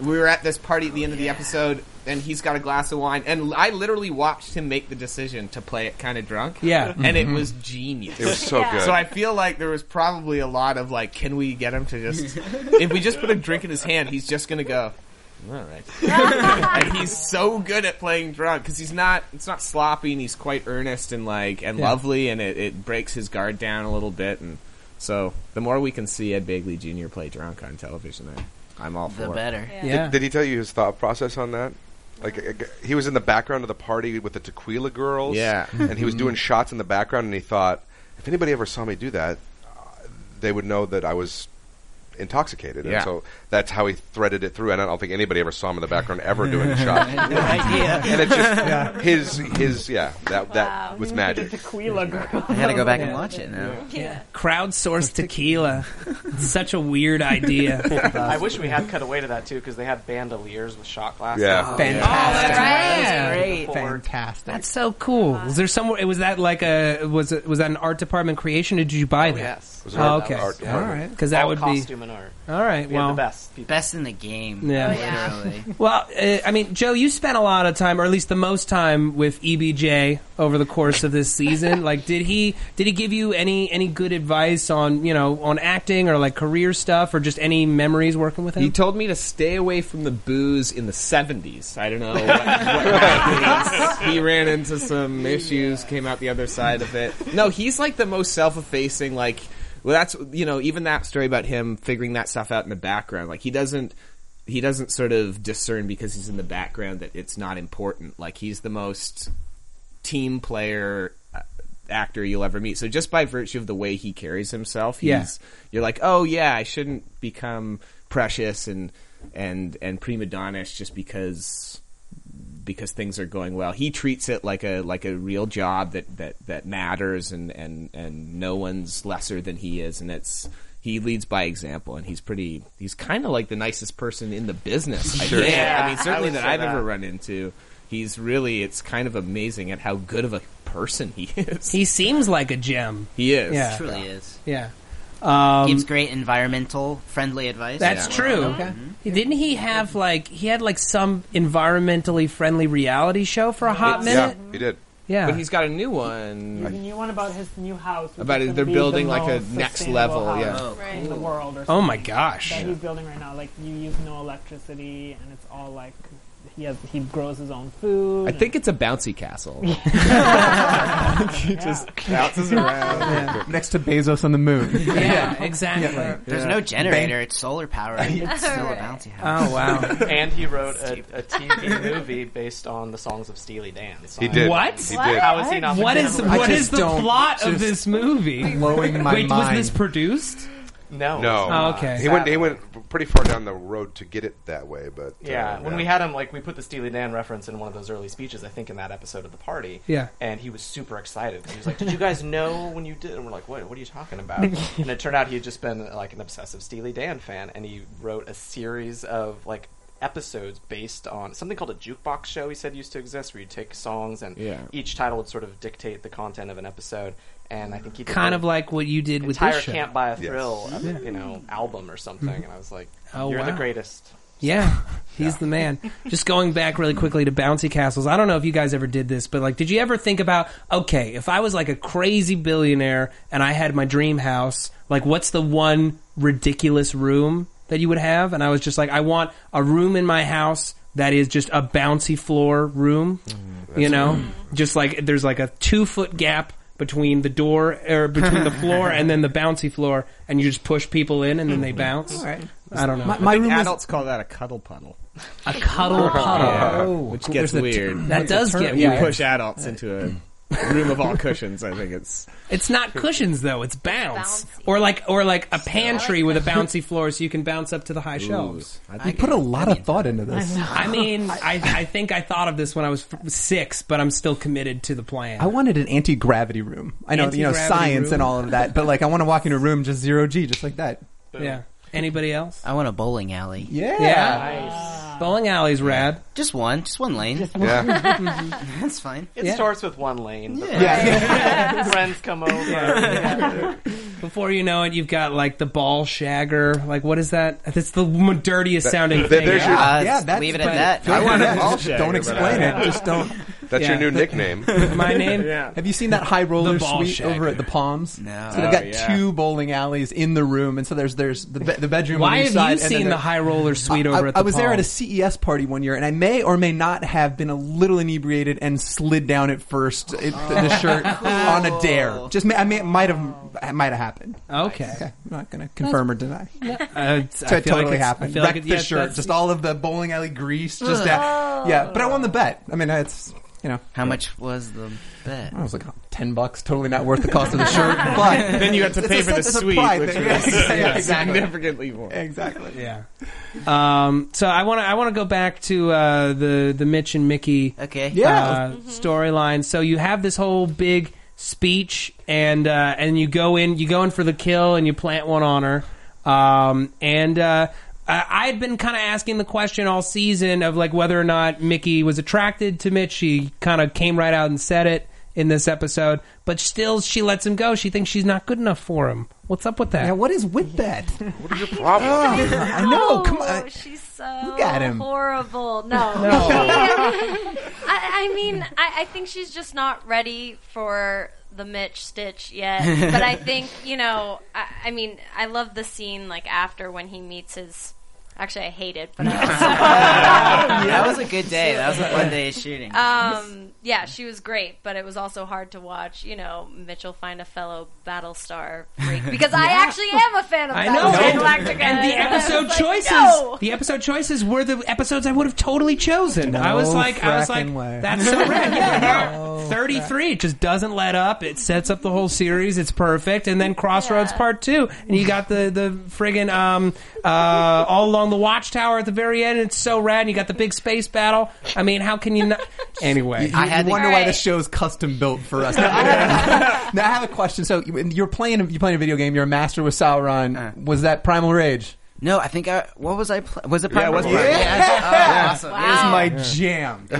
D: we were at this party at the end of the episode, and he's got a glass of wine, and I literally watched him make the decision to play it kind of drunk.
B: Yeah.
H: Mm-hmm.
D: and it was genius.
F: It was so
H: Yeah.
F: good.
D: So I feel like there was probably a lot of like, can we get him to just? if we just put a drink in his hand, he's just gonna go. All right. and he's so good at playing drunk because he's not. It's not sloppy, and he's quite earnest and like and lovely, and it, it breaks his guard down a little bit. And so the more we can see Ed Bagley Jr. play drunk on television, I, I'm all for
E: The
D: it.
E: better.
B: Yeah.
F: Did he tell you his thought process on that? Like uh, he was in the background of the party with the tequila girls.
D: Yeah.
F: and he was doing shots in the background, and he thought, if anybody ever saw me do that, uh, they would know that I was intoxicated.
D: Yeah.
F: And so that's how he threaded it through. And I don't think anybody ever saw him in the background ever doing a shot.
E: Good idea.
F: And it's just his his yeah that that
H: Wow.
F: was
G: The
F: magic.
G: tequila girl.
E: I gotta go back and watch it now.
H: Yeah.
B: Crowdsourced tequila. It's such a weird idea.
I: I wish we had cut away to that too because they had bandoliers with shot glasses.
F: Yeah.
G: Oh,
C: Fantastic.
B: Oh, Yeah.
E: Great.
C: Fantastic.
B: That's so cool. Was there somewhere? Was that like a was it, was that an art department creation? Or did you buy
I: Oh,
B: that?
I: yes.
F: was
B: Oh,
F: art-
B: okay.
F: art
I: Yeah.
C: all
F: department.
C: right.
B: Because that
I: All
B: would
I: costume and art.
B: be all right.
I: We
B: well,
I: had the best people.
E: Best in the game.
B: Yeah.
H: Oh, yeah.
E: Literally.
B: Well, uh, I mean, Joe, you spent a lot of time, or at least the most time, with EBJ over the course of this season. like, did he did he give you any any good advice on you know on acting or like career stuff or just any memories working with him?
D: He told me to stay away from the booze in the 70s. I don't know. What, what happened. he ran into some issues, came out the other side of it. No, he's like the most self-effacing, like, well, that's, you know, even that story about him figuring that stuff out in the background. Like, he doesn't, he doesn't sort of discern because he's in the background that it's not important. Like, he's the most team player uh, actor you'll ever meet. So just by virtue of the way he carries himself, he's
B: Yeah.
D: you're like, "Oh yeah, I shouldn't become precious and and and prima donnish just because because things are going well." He treats it like a like a real job that that that matters and and and no one's lesser than he is and it's he leads by example, and he's pretty. He's kind of like the nicest person in the business. I think.
I: Yeah,
D: I mean,
I: I
D: certainly
I: would
D: that
I: say
D: I've
I: that.
D: ever run into. He's really. It's kind of amazing at how good of a person he is.
B: he seems like a gem.
D: he is.
B: Yeah.
E: Truly is.
B: Yeah. Um,
E: Gives great environmental friendly advice.
B: That's
E: Yeah.
B: true. Didn't he have like he had like some environmentally friendly reality show for a hot
F: Yeah,
B: minute?
F: he did.
B: Yeah.
D: But he's got a
G: The
D: new one.
G: new one about his new house. which
D: About
G: is
D: it-
G: gonna
D: they're
G: be
D: building
G: the
D: like a
G: most
D: next
G: sustainable
D: level, yeah.
G: house
E: Oh,
H: Right.
G: In the world, or
B: oh my
G: something
B: gosh.
G: That he's building right now, like you use no electricity, and it's all like he has. He grows his own food.
D: I
G: and-
D: think it's a bouncy castle. he just bounces around.
C: Next to Bezos on the moon.
B: Yeah, exactly.
E: There's no generator. It's solar powered. It's still a
H: Alright.
E: bouncy house.
B: Oh wow.
I: And he wrote a, a TV movie based on the songs of Steely Dan.
F: He did.
B: What?
F: He
H: What?
F: did.
I: How is he not?
B: What is
I: the
B: what
C: just
B: is the
C: don't-
B: plot of
C: just-
B: this movie?
C: Blowing my
B: Wait,
C: mind.
B: was this produced?
I: No.
F: No.
I: it's
F: Oh,
I: not.
B: okay.
F: He went. He went pretty far down the road to get it that way, but
I: Yeah,
F: uh,
I: when we had him, like, we put the Steely Dan reference in one of those early speeches, I think, in that episode of the party.
B: Yeah.
I: And he was super excited because he was like, Did you guys know when you did? And we're like, What, what are you talking about? and it turned out he had just been, like, an obsessive Steely Dan fan, and he wrote a series of, like, episodes based on something called a jukebox show he said used to exist where you take songs and
D: Yeah.
I: each title would sort of dictate the content of an episode and i think he did
B: Kind
I: the
B: of like what you did with
I: entire
B: this show.
I: can't buy a thrill uh, you know album or something and i was like
B: Oh,
I: you're the
B: wow.
I: greatest
B: Yeah. He's the man. Just going back really quickly to bouncy castles. I don't know if you guys ever did this, but like did you ever think about okay, if I was like a crazy billionaire and I had my dream house, like what's the one ridiculous room that you would have? And I was just like I want a room in my house that is just a bouncy floor room. you know, just like there's like a 2 foot gap between the door or between the floor and then the bouncy floor and you just push people in and then they bounce.
C: All right.
B: I don't know.
C: My, my room was
D: Adults call that a cuddle puddle,
B: a cuddle Oh. puddle.
D: which gets
C: There's a-
D: weird.
B: That does
C: turn-
B: get
D: you
B: weird.
D: push adults into a room of all cushions. I think it's
B: It's not cushions though; it's bounce,
H: Bouncy.
B: or like or like a pantry
H: like
B: with a bouncy floor, so you can bounce up to the high shelves.
D: Ooh, I
C: You
D: think
C: put a lot of thought into this.
B: I mean, I, I think I thought of this when I was f- six, but I'm still committed to the plan.
C: I wanted an anti gravity room. I know, you know,
B: Anti-gravity
C: science
B: room.
C: and all of that, but like, I want to walk into a room just zero G, just like that.
B: yeah. Anybody else?
E: I want a bowling alley.
C: Yeah.
B: Bowling alley's rad.
E: Just one, just one lane.
F: Yeah.
E: That's fine.
I: It
B: Yeah.
I: starts with one lane. but
C: Yeah.
I: Friends come over.
B: Before you know it, you've got like the ball shagger. Like what is that? That's the m- dirtiest sounding
F: th-
B: thing.
F: there's your-
E: Uh,
C: Yeah,
E: just
C: that's
E: leave it
C: fine.
E: at that.
F: I want
C: Yeah,
F: a ball
C: just Don't
F: shagger,
C: explain it. Just don't.
F: That's
B: Yeah.
F: your new nickname.
B: My uh, name.
C: Have you seen that high roller
B: ball
C: suite
B: shagger.
C: over at the Palms?
E: No.
C: So they've
D: Oh,
C: got
D: yeah.
C: two bowling alleys in the room, and so there's there's the, be- the bedroom. on
B: Why
C: each
B: have
C: side,
B: you
C: and then
B: seen
C: there-
B: the high roller suite over
C: I,
B: at the
C: I was there at
B: Palm?
C: a CES party one year, and I may or may not have been a little inebriated and slid down at first it, the shirt on a dare. Just may, I may, might have it might have happened.
B: Okay.
C: Okay, I'm not going to confirm or deny.
B: Uh, it's- I
C: So it
B: feel like
C: totally
B: it's- I
C: happened.
B: feel like
C: Wrecked
B: it-
C: the
B: yeah,
C: shirt,
B: that's-
C: just all of the bowling alley grease, just that. Yeah, but I won the bet. I mean, it's you know,
E: How much was the bet?
C: I was like oh, ten bucks, totally not worth the cost of the shirt. But
D: then you have to
C: It's
D: pay
C: a
D: for the
C: sense of
D: suite,
C: pride
D: which
C: there.
D: was
C: Yeah,
D: yeah,
C: exactly.
D: significantly more.
C: exactly.
B: Yeah. Um, so I want to I want to go back to uh, the the Mitch and Mickey
E: Okay.
C: Yeah.
B: uh, storyline. So you have this whole big speech, and uh, and you go in you go in for the kill, and you plant one on her. Um, and uh, I I had been kind of asking the question all season of like whether or not Mickey was attracted to Mitch. She kind of came right out and said it in this episode, but still she lets him go. She thinks she's not good enough for him. What's up with that?
C: Now, what is with that?
F: What is your problem?
C: I know. Come
H: Oh,
C: on.
H: she's so
C: Look at him.
H: horrible. No, I, I mean, I, I think she's just not ready for the Mitch Stitch yet. But I think you know, I, I mean, I love the scene like after when he meets his. Actually, I hate it, but I
E: That was a good day. That was a fun day of shooting.
H: um, yeah, she was great, but it was also hard to watch. You know, Mitchell find a fellow Battlestar freak because I actually am a fan of
B: I know.
H: Battlestar
B: And,
H: Galactica,
B: and the
H: I was
B: episode
H: like,
B: choices,
H: no.
B: the episode choices were the episodes I would have totally chosen. I was
C: No
B: like, I was like,
C: frackin' way.
B: that's so rad. Yeah, thirty-three it just doesn't let up. It sets up the whole series. It's perfect. And then Crossroads
H: Yeah.
B: Part Two, and you got the the friggin' um uh all along the Watchtower at the very end. It's so rad. And you got the big space battle. I mean, how can you not? Anyway,
C: I
E: had to-
C: wonder why
H: Alright.
C: this show's custom built for us. Now I, have, now, I have a question. So you- you're playing you're playing a video game. You're a master with Sauron.
E: Uh.
C: Was that Primal Rage?
E: no, I think I. What was I? Pl- was it?
D: Yeah, it
E: Primal
D: was Primal
E: Rage?
D: Rage.
E: Yeah. Oh, awesome.
H: Wow.
C: That is my jam.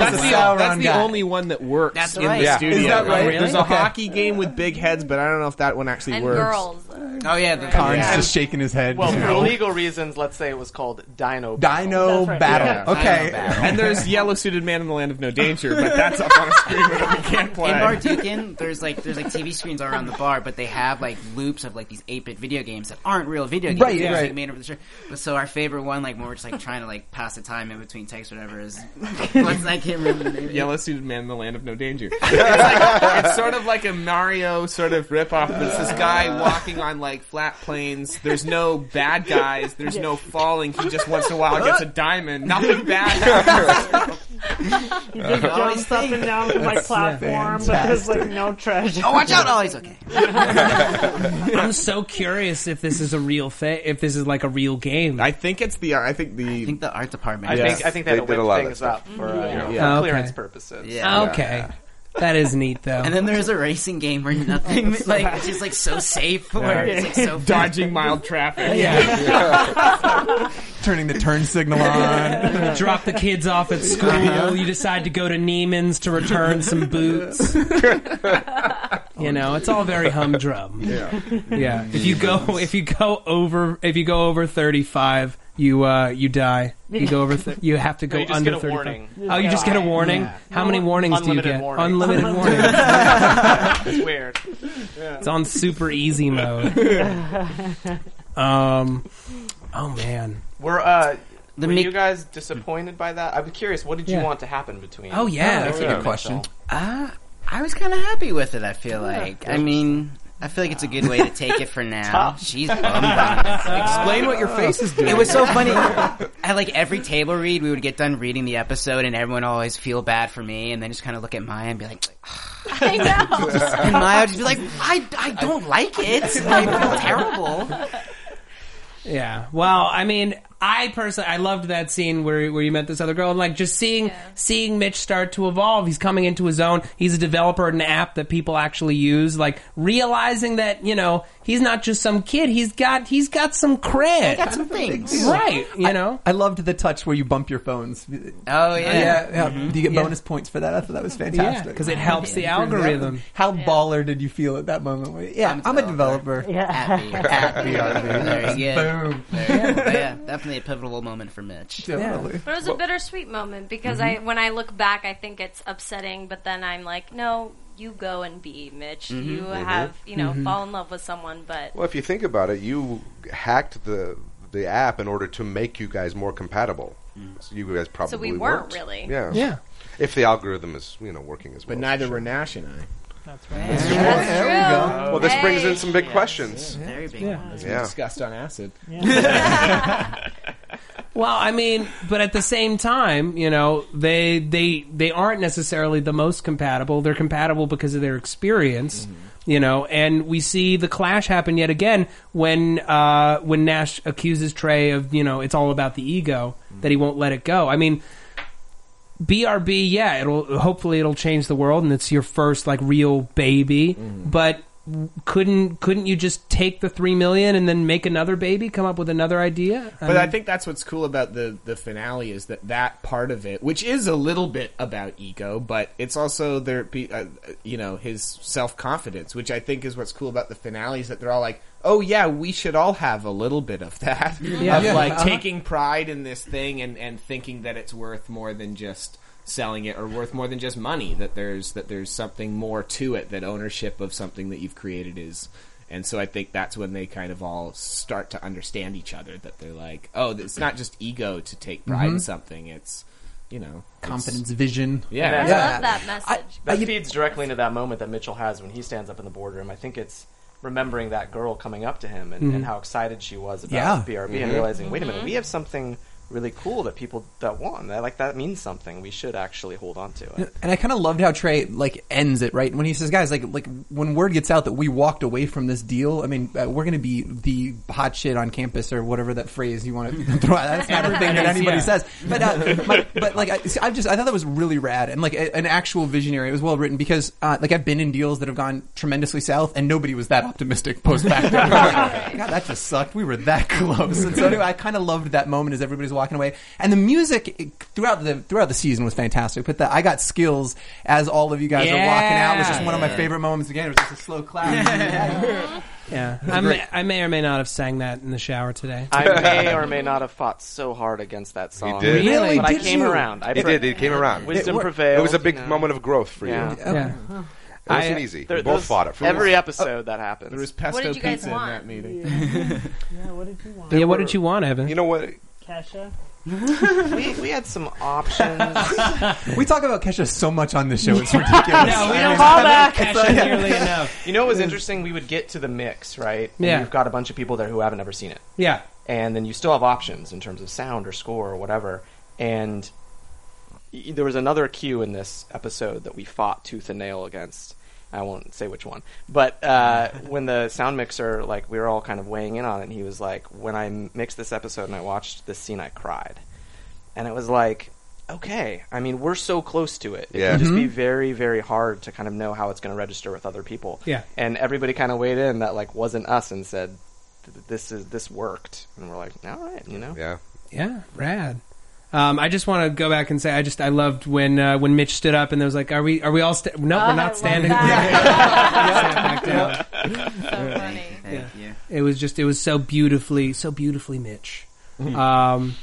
C: was
D: that's
C: a
D: the,
C: Sauron
D: that's the
C: guy.
D: only one that works
E: That's
D: in
E: right.
D: the
E: Yeah.
D: studio.
C: Is that right?
D: There's a
C: Okay.
D: hockey game with big heads, but I don't know if that one actually
H: and
D: works.
H: girls.
E: Oh yeah, the
C: Khan's
E: yeah.
C: just shaking his head.
I: Well,
C: Yeah.
I: for legal reasons, let's say it was called Dino.
C: Dino
G: That's right.
C: Battle.
E: Yeah.
C: Okay.
E: Dino Battle.
D: And there's yellow suited man in the land of no danger, but that's up on a screen that we can't play.
E: In Bardukin, there's like there's like TV screens all around the bar, but they have like loops of like these 8-bit video games that aren't real video games.
C: Right,
E: They're just,
C: right.
E: Like, made over the shirt. But so our favorite one, like when we're just like trying to like pass the time in between texts, or whatever, is what's I can't remember the name.
D: Yellow suited man in the land of no danger. It's, like, it's sort of like a Mario sort of rip off. There's this guy walking on like flat plains. There's no bad guys. There's no falling. He just once in a while gets a diamond. Nothing bad happens.
G: You just jumps up and down from like platform, but there's like no treasure.
E: Oh, watch out! Oh, he's okay.
B: I'm so curious if this is a real thing. If this is like a real game.
D: I think it's the. I think the.
E: I think the art department.
I: I
E: is-
I: think I think they,
F: They
I: had to
F: did a
I: whip
F: lot of
I: things
F: that
I: up for uh, you know,
D: Yeah.
B: Okay.
I: clearance
E: Oh,
I: purposes.
E: yeah.
B: Oh, okay, that is neat though.
E: And then there's a racing game where
G: Oh,
E: nothing like it's just like so safe, where it's like so
D: Dodging mild traffic.
B: yeah.
C: Turning the turn signal on.
B: drop the kids off at school. You decide to go to Neiman's to return some boots. you know, it's all very humdrum. Yeah, yeah. If you go, if you go over, if you go over thirty-five, you uh, you die. You go over, th- you have to go
I: you just
B: under
I: get a
B: thirty-five.
I: warning.
B: Oh, you just get a warning. How many warnings do
I: Unlimited
B: you get?
I: warning.
B: Unlimited warning.
I: It's weird.
B: It's on super easy mode. um, oh man.
I: Were uh,
E: The
I: were
E: Mick-
I: you guys disappointed by that? I'm curious. What did you
B: Yeah.
I: want to happen between?
B: Oh yeah.
C: That's a good question.
E: Uh, I was kind of happy with it. I feel like. I mean, I feel like it's a good way to take it for now. She's bummed on this.
C: Explain what your face is doing.
E: It was so funny. At like every table read, we would get done reading the episode, and everyone would always feel bad for me, and then just kind of look at Maya and be like,
H: I know.
E: and Maya would just be like, I, I don't like it. Like, it's terrible.
B: Yeah. Well, I mean, I personally, I loved that scene where where you met this other girl, and like just seeing seeing Mitch start to evolve. He's coming into his own. He's a developer at an app that people actually use. Like realizing that you know he's not just some kid. He's got he's got some cred.
E: Got some things.
B: right. You know.
C: I loved the touch where you bump your phones. Yeah,
E: Oh yeah.
C: yeah. Do you get bonus points for that? I thought that was
B: Yeah.
C: fantastic.
B: Because it helps the algorithm.
C: How baller did you feel at that moment? Where- Yeah, I'm,
E: I'm a
C: a developer.
E: Happy, happy, Very good.
C: Boom.
E: Very good. yeah, definitely a pivotal moment for Mitch.
C: Definitely.
H: But it was a bittersweet moment because
B: Mm-hmm.
H: I, when I look back, I think it's upsetting. But then I'm like, no, you go and be Mitch.
B: Mm-hmm.
H: You have, you know, fall in love with someone, but
F: Well, if you think about it, you hacked the the app in order to make you guys more compatible.
I: Mm.
F: So you guys probably
H: we weren't
F: weren't.
H: really.
F: Yeah. If the algorithm is you know working as well.
J: But neither
F: sure.
J: were Nash and I.
H: that's true.
F: Well, this brings
H: Hey.
F: in some big questions.
E: Very big. moment.
F: Yeah.
J: Discussed on acid.
B: Well, I mean, but at the same time, you know, they they they aren't necessarily the most compatible. They're compatible because of their experience,
J: Mm-hmm.
B: you know. And we see the clash happen yet again when uh, when Nash accuses Trey of you know it's all about the ego
J: Mm-hmm.
B: that he won't let it go. I mean, BRB, yeah, it'll hopefully it'll change the world and it's your first like real baby,
J: Mm-hmm.
B: but couldn't couldn't you just take the 3 million and then make another baby come up with another idea
J: But I think that's what's cool about the the finale is that that part of it, which is a little bit about ego, but it's also there, be- uh, uh, you know, his self confidence, which I think is what's cool about the finale is that they're all like, oh yeah, we should all have a little bit of that, of
C: Yeah.
J: like
C: Uh-huh.
J: taking pride in this thing and and thinking that it's worth more than just selling it or worth more than just money that there's that there's something more to it that ownership of something that you've created is and so I think that's when they kind of all start to understand each other. That they're like, oh, it's not just ego to take pride
B: Mm-hmm.
J: in something. It's, you know, it's-
C: Confidence, vision.
J: Yeah.
H: I
C: Yeah.
H: love that message.
C: I-
I: That
C: you-
I: feeds directly into that moment that Mitchell has when he stands up in the boardroom. I think it's remembering that girl coming up to him and, and how excited she was about
C: Mm-hmm. Yeah.
I: BRB and realizing, wait a minute, we have something really cool that people that want that like that means something. We should actually hold on to it.
C: And I kind of loved how Trey like ends it right when he says, "Guys, like like when word gets out that we walked away from this deal, I mean, uh, we're going to be the hot shit on campus or whatever that phrase you want to throw out. That's not a thing that anybody says, but uh, my, but like I, see, I just I thought that was really rad and like a, an actual visionary. It was well written because uh, like I've been in deals that have gone tremendously south and nobody was that optimistic post facto. God, that just sucked. We were that close. And so anyway, I kind of loved that moment as everybody's walking away. And the music it- throughout the throughout the season was fantastic. But the I got skills as all of you guys were walking out was just one of my favorite moments. Again, it was just a slow clap.
B: Yeah, I may, I may or may not have sang that in the shower today.
I: I may or may not have fought so hard against that song.
F: did.
C: Really?
I: But I
C: Did
I: came
C: you?
I: around. I
F: It
I: pre-
F: did. It came around. It,
I: Wisdom prevailed.
F: was a big
I: you know.
F: moment of growth for
I: Yeah.
F: you. It
B: yeah.
F: wasn't
J: I-
F: easy.
I: There-
F: we both
I: there's-
F: fought it for a
I: every
F: while.
I: episode that happens.
J: there was pesto
H: did you guys
J: pizza in
H: want?
J: that meeting.
G: Yeah, what did you want,
B: yeah, what did you want, Evan?
F: You know what?
G: Kesha?
I: we, we had some options.
C: We talk about Kesha so much on this show. It's ridiculous.
B: no, we don't
I: Call
B: have
I: back.
B: Kesha nearly enough.
I: You know what was interesting? We would get to the mix, right? And
B: Yeah.
I: You've got a bunch of people there who haven't ever seen it.
B: Yeah,
I: And then you still have options in terms of sound or score or whatever. And y- there was another cue in this episode that we fought tooth and nail against. I won't say which one. But uh, when the sound mixer, like, we were all kind of weighing in on it, and he was like, when I m- mixed this episode and I watched this scene, I cried. And it was like, okay. I mean, we're so close to it. It
F: Yeah.
I: can just be very, very hard to kind of know how it's going to register with other people.
B: Yeah.
I: And everybody kind of weighed in that, like, wasn't us and said, "Th- this is this worked. And we're like, all right, you know?
F: Yeah.
B: yeah, rad. Um, I just want to go back and say I just I loved when uh, when Mitch stood up and there was like, are we are we all sta-
H: Oh,
B: no we're
H: I
B: not
H: love
B: standing.
H: that.
B: Sat back down.
H: so funny.
E: Thank, thank you.
B: It was just it was so beautifully so beautifully Mitch.
C: Mm-hmm.
B: Um,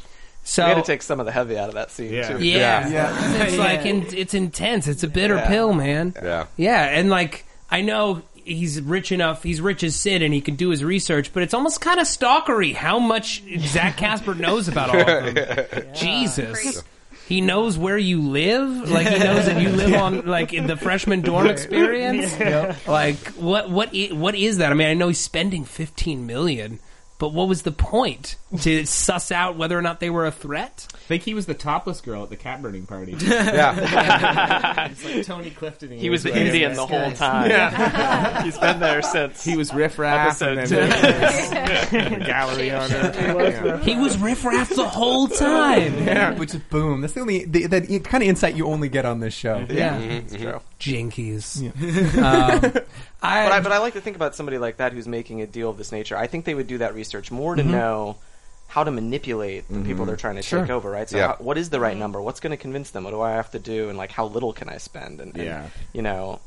B: so
I: We had to take some of the heavy out of that scene,
J: Yeah.
I: too.
B: yeah,
C: Yeah.
B: it's like in, it's intense. It's a bitter pill, man.
F: Yeah.
B: Yeah, and like I know he's rich enough. He's rich as Sid, and he can do his research. But it's almost kind of stalkery how much Zach Casper knows about all of them. Jesus. He knows where you live. Like he knows that you live on like in the freshman dorm experience. Like what what i- what is that? I mean, I know he's spending 15 million, but what was the point to suss out whether or not they were a threat?
J: I think he was the topless girl at the cat burning party.
F: Yeah.
J: It's like Tony Clifton.
I: He was the
J: wearing
I: Indian
J: that.
I: the whole time. He's been there since.
J: He was riff raff and
I: Episode
J: then there was the gallery owner.
B: He was riffraff the whole time.
C: Which is boom. That's the only the, that kind of insight you only get on this show.
B: Yeah,
I: It's true.
B: jinkies. Um,
I: But I,
B: I,
I: but I like to think about somebody like that who's making a deal of this nature. I think they would do that research more to
B: Mm-hmm.
I: know how to manipulate the people they're trying to take over, right? So,
F: Mm-hmm. Yeah.
I: how, what is the
B: Mm-hmm.
I: right number? What's going to convince them? What do I have to do? And like, how little can I spend? And, and,
J: Yeah.
I: you know,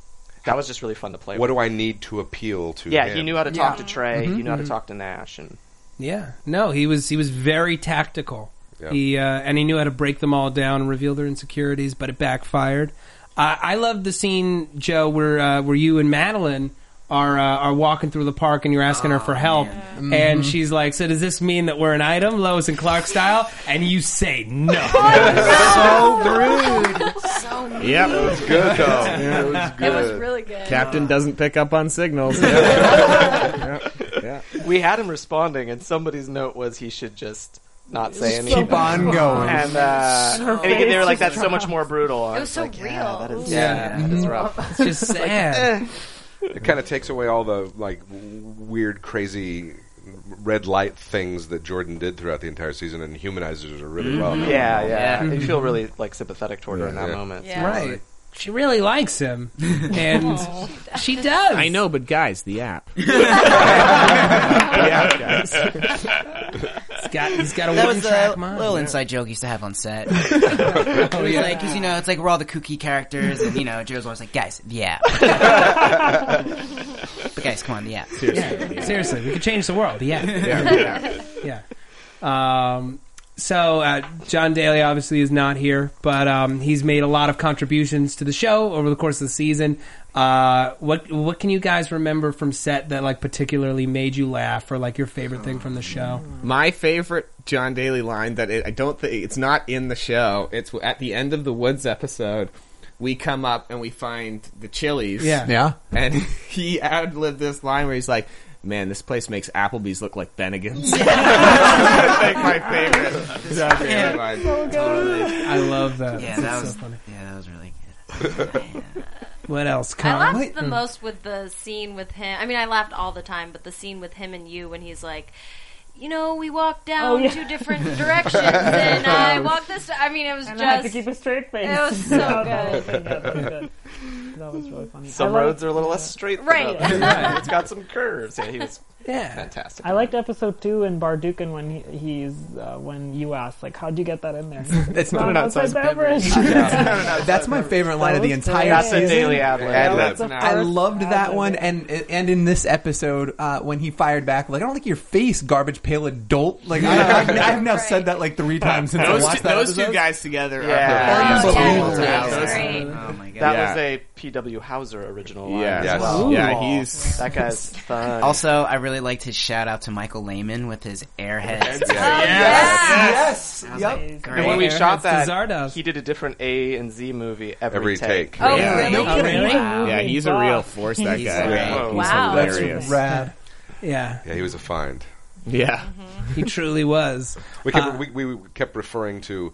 I: that was just really fun to play.
F: What
I: with.
F: do I need to appeal to?
I: yeah,
F: him?
I: he knew how to talk to Trey. He knew how
F: Mm-hmm.
B: Hmm.
I: to talk to Nash, and
B: yeah, no, he was he was very tactical.
F: Yeah.
B: He uh, and he knew how to break them all down and reveal their insecurities, but it backfired. Uh, I love the scene, Joe, where uh, where you and Madeline are uh, are walking through the park and you're asking her for help, and she's like, "So does this mean that we're an item, Lois and Clark style?" And you say no.
H: So neat.
J: Yep.
F: Good though. Yeah, it was good.
H: It was really good.
J: Captain doesn't pick up on signals.
I: we had him responding. And somebody's note was he should just not say anything.
C: Keep on going.
I: And, uh, and again, they were like, "That's so much more brutal." I
H: It was so
I: like,
H: real.
I: Yeah, that is,
B: Yeah.
I: yeah, Mm-hmm. that is rough.
B: Mm-hmm.
I: eh.
B: it's just sad.
F: It kind of takes away all the like w- weird, crazy red light things that Jordan did throughout the entire season, and humanizes her really well.
I: Mm-hmm. Yeah, yeah. You feel really like sympathetic toward her in that
F: Yeah.
I: moment.
H: Yeah.
B: Right. She really likes him, and she does.
J: I know, but guys, the app.
B: He's got, he's got a
E: That was a
B: one-track mind.
E: little inside joke he used to have on set. oh, yeah. Like, 'cause, you know, it's like we're all the kooky characters, and you know, Joe's always like, guys, the app. but guys, come on, the app.
B: Seriously, we could change the world. Yeah,
J: Yeah.
B: yeah. Um, so uh, John Daly obviously is not here, but um, he's made a lot of contributions to the show over the course of the season. Uh, what what can you guys remember from set that like particularly made you laugh, or like your favorite thing from the show?
J: My favorite John Daly line that it, I don't think it's not in the show. It's at the end of the Woods episode. We come up and we find the Chili's.
B: Yeah.
C: Yeah.
J: And he ad libbed this line where he's like, Man, this place makes Applebee's look like Bennigan's. like my favorite. John Daly line.
B: I love that.
E: Oh, Yeah,
B: It's
E: that
B: so
E: was
B: funny.
E: yeah, that was really good.
B: What else?
H: I
B: Colin?
H: laughed
J: Mm-hmm.
H: the most with the scene with him. I mean, I laughed all the time, but the scene with him and you when he's like, you know, we walked down
G: Oh, yeah.
H: two different directions, and I walked this. I mean, it was
G: And I had to
H: just
G: keep a straight face.
H: it was so
G: That
H: good.
G: whole thing, that was good. That was really funny.
I: Some
G: I liked-
I: roads are a little less straight. than
H: Right.
I: others. it's got some curves. Yeah, he was
B: yeah.
I: fantastic.
G: I liked episode two in Bardukan when he, he's uh, when you asked like, "How'd you get that in there?"
C: That's not an
G: Well, that's
C: outside
G: my beverage.
C: That's my favorite line of the
G: was
C: entire
G: great.
I: That's a
C: season.
I: daily ad lib.
F: Ad lib.
G: That's the
C: I
G: first
C: loved
G: ad
C: that
G: lib.
C: one, and and in this episode uh, when he fired back, like I don't like your face, garbage pail adult. Like I, I've, I've now said that like three times since I
J: Those,
C: watched
J: two,
C: that
J: those
C: episode.
J: two guys together
I: Yeah.
J: are
H: Oh,
J: the
H: yeah,
J: best.
H: that
J: Yeah.
H: was great.
E: Oh my god.
I: That
J: Yeah.
I: was a P.W. Hauser original line.
J: Yeah.
I: as
F: Yes.
I: well.
J: Yeah, he's
I: That guy's fun.
E: Also, I really liked his shout out to Michael Lehman with his airheads.
H: Oh,
C: Yes, yep.
E: Great.
I: and when we
B: Airheads
I: shot
B: to
I: that,
B: Zardoz.
I: he did a different A and Z movie every,
F: Every take.
H: Oh,
J: Yeah.
H: really?
B: No kidding.
G: Wow.
J: yeah, he's a real force. That guy.
E: He's
J: Yeah.
E: great.
J: He's
H: Wow.
C: That's
J: hilarious.
C: rad.
B: Yeah,
F: Yeah, he was a find.
J: Yeah.
H: Mm-hmm.
B: he truly was.
F: We kept, we, we kept referring to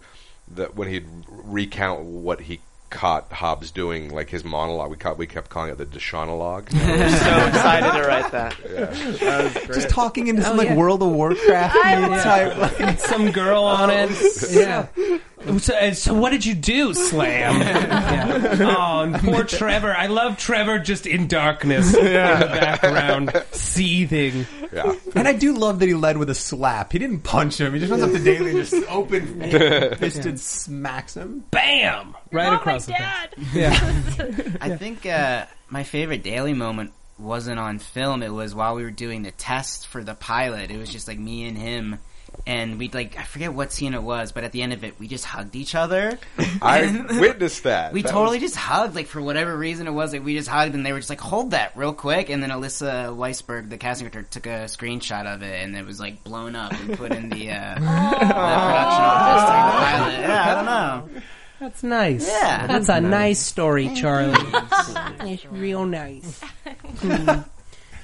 F: the, when he'd recount what he caught Hobbs doing, like his monologue. We caught, we kept calling it the Deshaunalogue.
I: So excited to write that.
C: Just talking
G: Oh,
C: into some like
B: yeah.
C: World of Warcraft type. Like,
B: some girl on it. Yeah. So, uh, so what did you do, Slam? Yeah. Oh, and poor Trevor. I love Trevor just in darkness in the background, seething.
F: yeah.
C: and I do love that he led with a slap. He didn't punch him. He just runs up to Daly and just open fisted smacks him.
B: Bam! Right
H: oh
B: across
H: my
B: the face.
H: dad.
E: I think uh, my favorite daily moment wasn't on film. It was while we were doing the test for the pilot. It was just like me and him and we like I forget what scene it was, but at the end of it, we just hugged each other.
F: I witnessed that.
E: We
F: That
E: totally
F: was-
E: just hugged, like for whatever reason it was, like we just hugged, and they were just like, "Hold that real quick." And then Alyssa Weisberg, the casting director, took a screenshot of it, and it was like blown up and put in the, uh, the production office during the pilot. Yeah, I don't know.
B: That's nice.
E: Yeah.
B: That's a nice, story, Charlie. it's real nice. Hmm.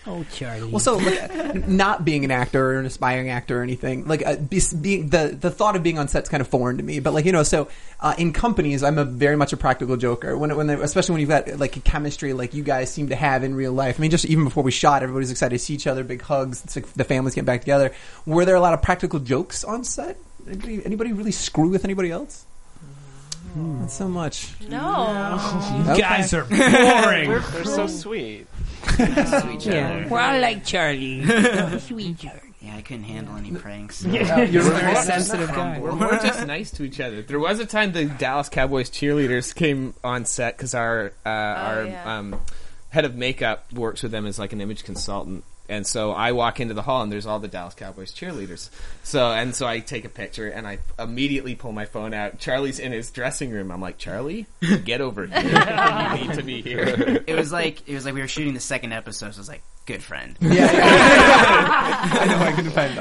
B: oh, Charlie.
C: Well, so like, n- not being an actor or an aspiring actor or anything, like uh, be, being the the thought of being on set's kind of foreign to me. But like you know, so uh, in companies, I'm a very much a practical joker. When when they, especially when you've got like a chemistry like you guys seem to have in real life. I mean, just even before we shot, everybody's excited to see each other, big hugs, it's like the families get back together. Were there a lot of practical jokes on set? Anybody, anybody really screw with anybody else? Hmm, Not so much.
H: No.
B: you
C: Okay.
B: guys are boring.
I: They're so sweet.
E: Sweet
B: yeah.
E: Charlie.
B: Well, I like Charlie. Sweet Charlie.
E: Yeah, I couldn't handle any pranks.
B: You're a very
D: We're-
B: sensitive guy.
D: We're more just nice to each other. There was a time the Dallas Cowboys cheerleaders came on set because our uh, our
H: yeah.
D: um, head of makeup works with them as like an image consultant. And so I walk into the hall and there's all the Dallas Cowboys cheerleaders. So and so I take a picture and I immediately pull my phone out. Charlie's in his dressing room. I'm like, Charlie, get over here. you need to be here.
E: It was like it was like we were shooting the second episode. So it was like good friend.
C: I know I can depend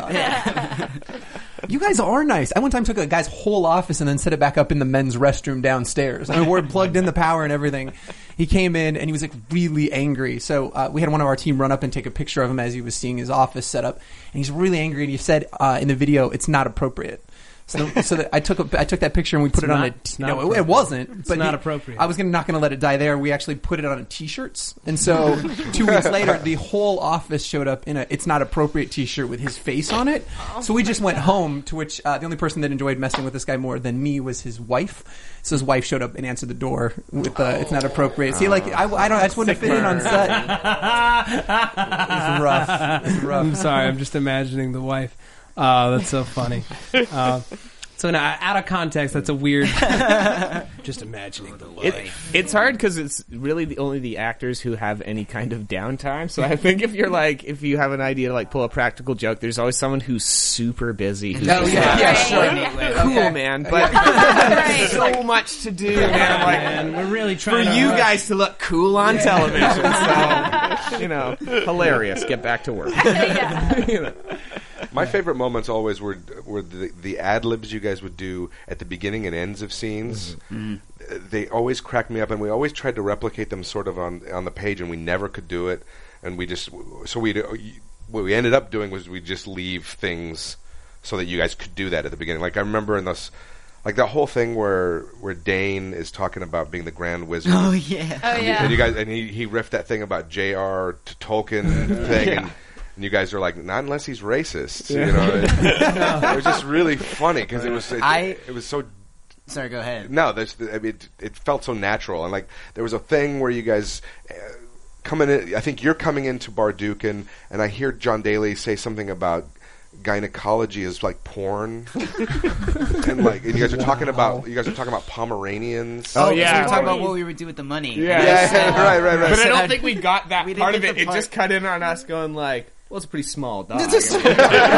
C: on. you guys are nice. I one time took a guy's whole office and then set it back up in the men's restroom downstairs. I mean, we're plugged in the power and everything. He came in and he was like really angry. So uh, we had one of our team run up and take a picture of him as he was seeing his office set up, and he's really angry. And he said uh, in the video, "It's not appropriate." So, so that I took a, I took that picture and we put it on
B: not-
C: a.
B: it's
C: T-
B: not
C: no, it, it
B: appropriate.
C: wasn't.
B: It's
C: but
B: not
C: he-
B: appropriate.
C: I was gonna, not going to let it die there. We actually put it on a t-shirts, and so two weeks later, the whole office showed up in a "It's Not Appropriate" t-shirt with his face on it. so we just went home. To which uh, the only person that enjoyed messing with this guy more than me was his wife. So his wife showed up and answered the door with the "It's Not Appropriate." See, like I, I don't, I just wouldn't fit in on set. It's rough. It's
B: I'm
C: rough.
B: sorry. I'm just imagining the wife. Oh, that's so funny. Uh, so now, out of context, that's a weird. just imagining the wife.
D: It, it's hard because it's really the, only the actors who have any kind of downtime. So I think if you're like, if you have an idea to like pull a practical joke, there's always someone who's super busy. Who's
C: Oh,
D: just
C: yeah,
D: like,
C: yeah,
E: sure.
D: Cool, man,
B: Uh,
D: but there's so much to do, man. Like
B: And we're really
D: for
B: trying to
D: you
B: rush.
D: guys to look cool on television, so you know, hilarious. Get back to work.
F: My favorite moments always were were the, the ad libs you guys would do at the beginning and ends of scenes.
D: Mm-hmm.
F: Uh, They always cracked me up, and we always tried to replicate them sort of on on the page, and we never could do it. And we just so we what we ended up doing was we just leave things so that you guys could do that at the beginning. Like I remember in this. Like the whole thing where where Dane is talking about being the Grand Wizard,
E: Oh yeah.
H: Oh,
F: and, you,
H: yeah.
F: and you guys, and he, he riffed that thing about J.R. T- Tolkien thing, and, and you guys are like, not unless he's racist. You know, it, it was just really funny because it was it,
E: I-
F: it was so
E: Sorry, go ahead.
F: no, there's I mean, it, it felt so natural, and like there was a thing where you guys. Uh, Coming in, I think you're coming into Bardukin, and I hear John Daly say something about gynecology is like porn, and like and you guys are talking about you guys are talking about Pomeranians.
D: Oh,
E: So we
D: yeah.
E: were talking about what we would do with the money.
D: Yeah.
F: yeah, yeah, right, right, right.
D: But I
E: said
D: don't
E: I'd-
D: think we got that
E: We didn't
D: part of
E: get
D: it.
E: the
D: It
E: part.
D: just cut in on us going like, well, it's a pretty small dog.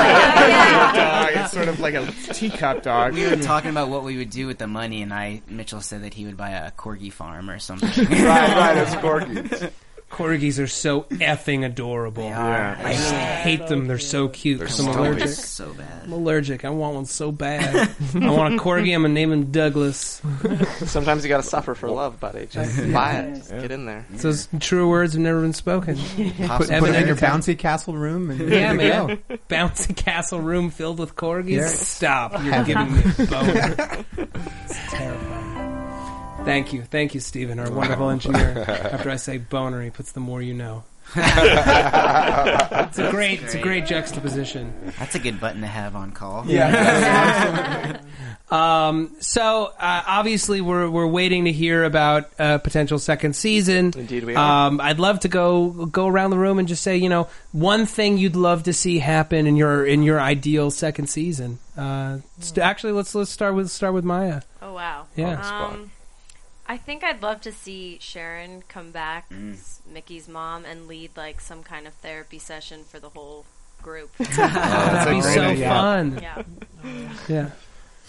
D: dog. It's sort of like a teacup dog.
E: We were talking about what we would do with the money, and I Mitchell said that he would buy a corgi farm or something.
F: right, right. It's corgis.
B: corgis are so effing adorable.
E: Yeah.
B: I just hate them. They're so cute.
F: They're
B: 'cause I'm
F: so
B: allergic.
F: big.
E: so bad.
B: I'm allergic. I want one so bad. I want a corgi. I'm gonna name him Douglas.
I: Sometimes you gotta suffer for love, buddy. Just buy it. Just get in there.
B: So it's- true words have never been spoken.
C: Put, put it in your bouncy castle room and there
B: Yeah,
C: you
B: man.
C: go.
B: Bouncy castle room filled with corgis.
C: Yeah.
B: Stop! You're giving me a boner. It's terrifying. Thank you, thank you, Stephen, our wonderful engineer. After I say boner, he puts the more you know. it's a great, it's a great juxtaposition.
E: That's a good button to have on call.
B: Um, so uh, obviously we're we're waiting to hear about uh, potential second season.
I: Indeed we are.
B: Um, I'd love to go go around the room and just say, you know, one thing you'd love to see happen in your in your ideal second season. Uh, st- actually, let's let's start with start with Maya.
H: Hmm. Oh wow.
B: Yeah.
H: Um, I think I'd love to see Sharon
G: Mm.
H: come back, s- Mickey's mom, and lead like some kind of therapy session for the whole group.
B: Oh, That'd be so
C: idea.
B: fun.
H: yeah.
B: Yeah.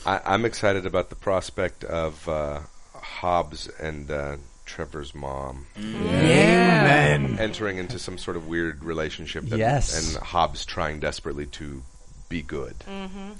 F: I, I'm excited about the prospect of uh, Hobbs and uh, Trevor's mom entering into some sort of weird relationship. and-
C: Yes.
F: and Hobbs trying desperately to be good.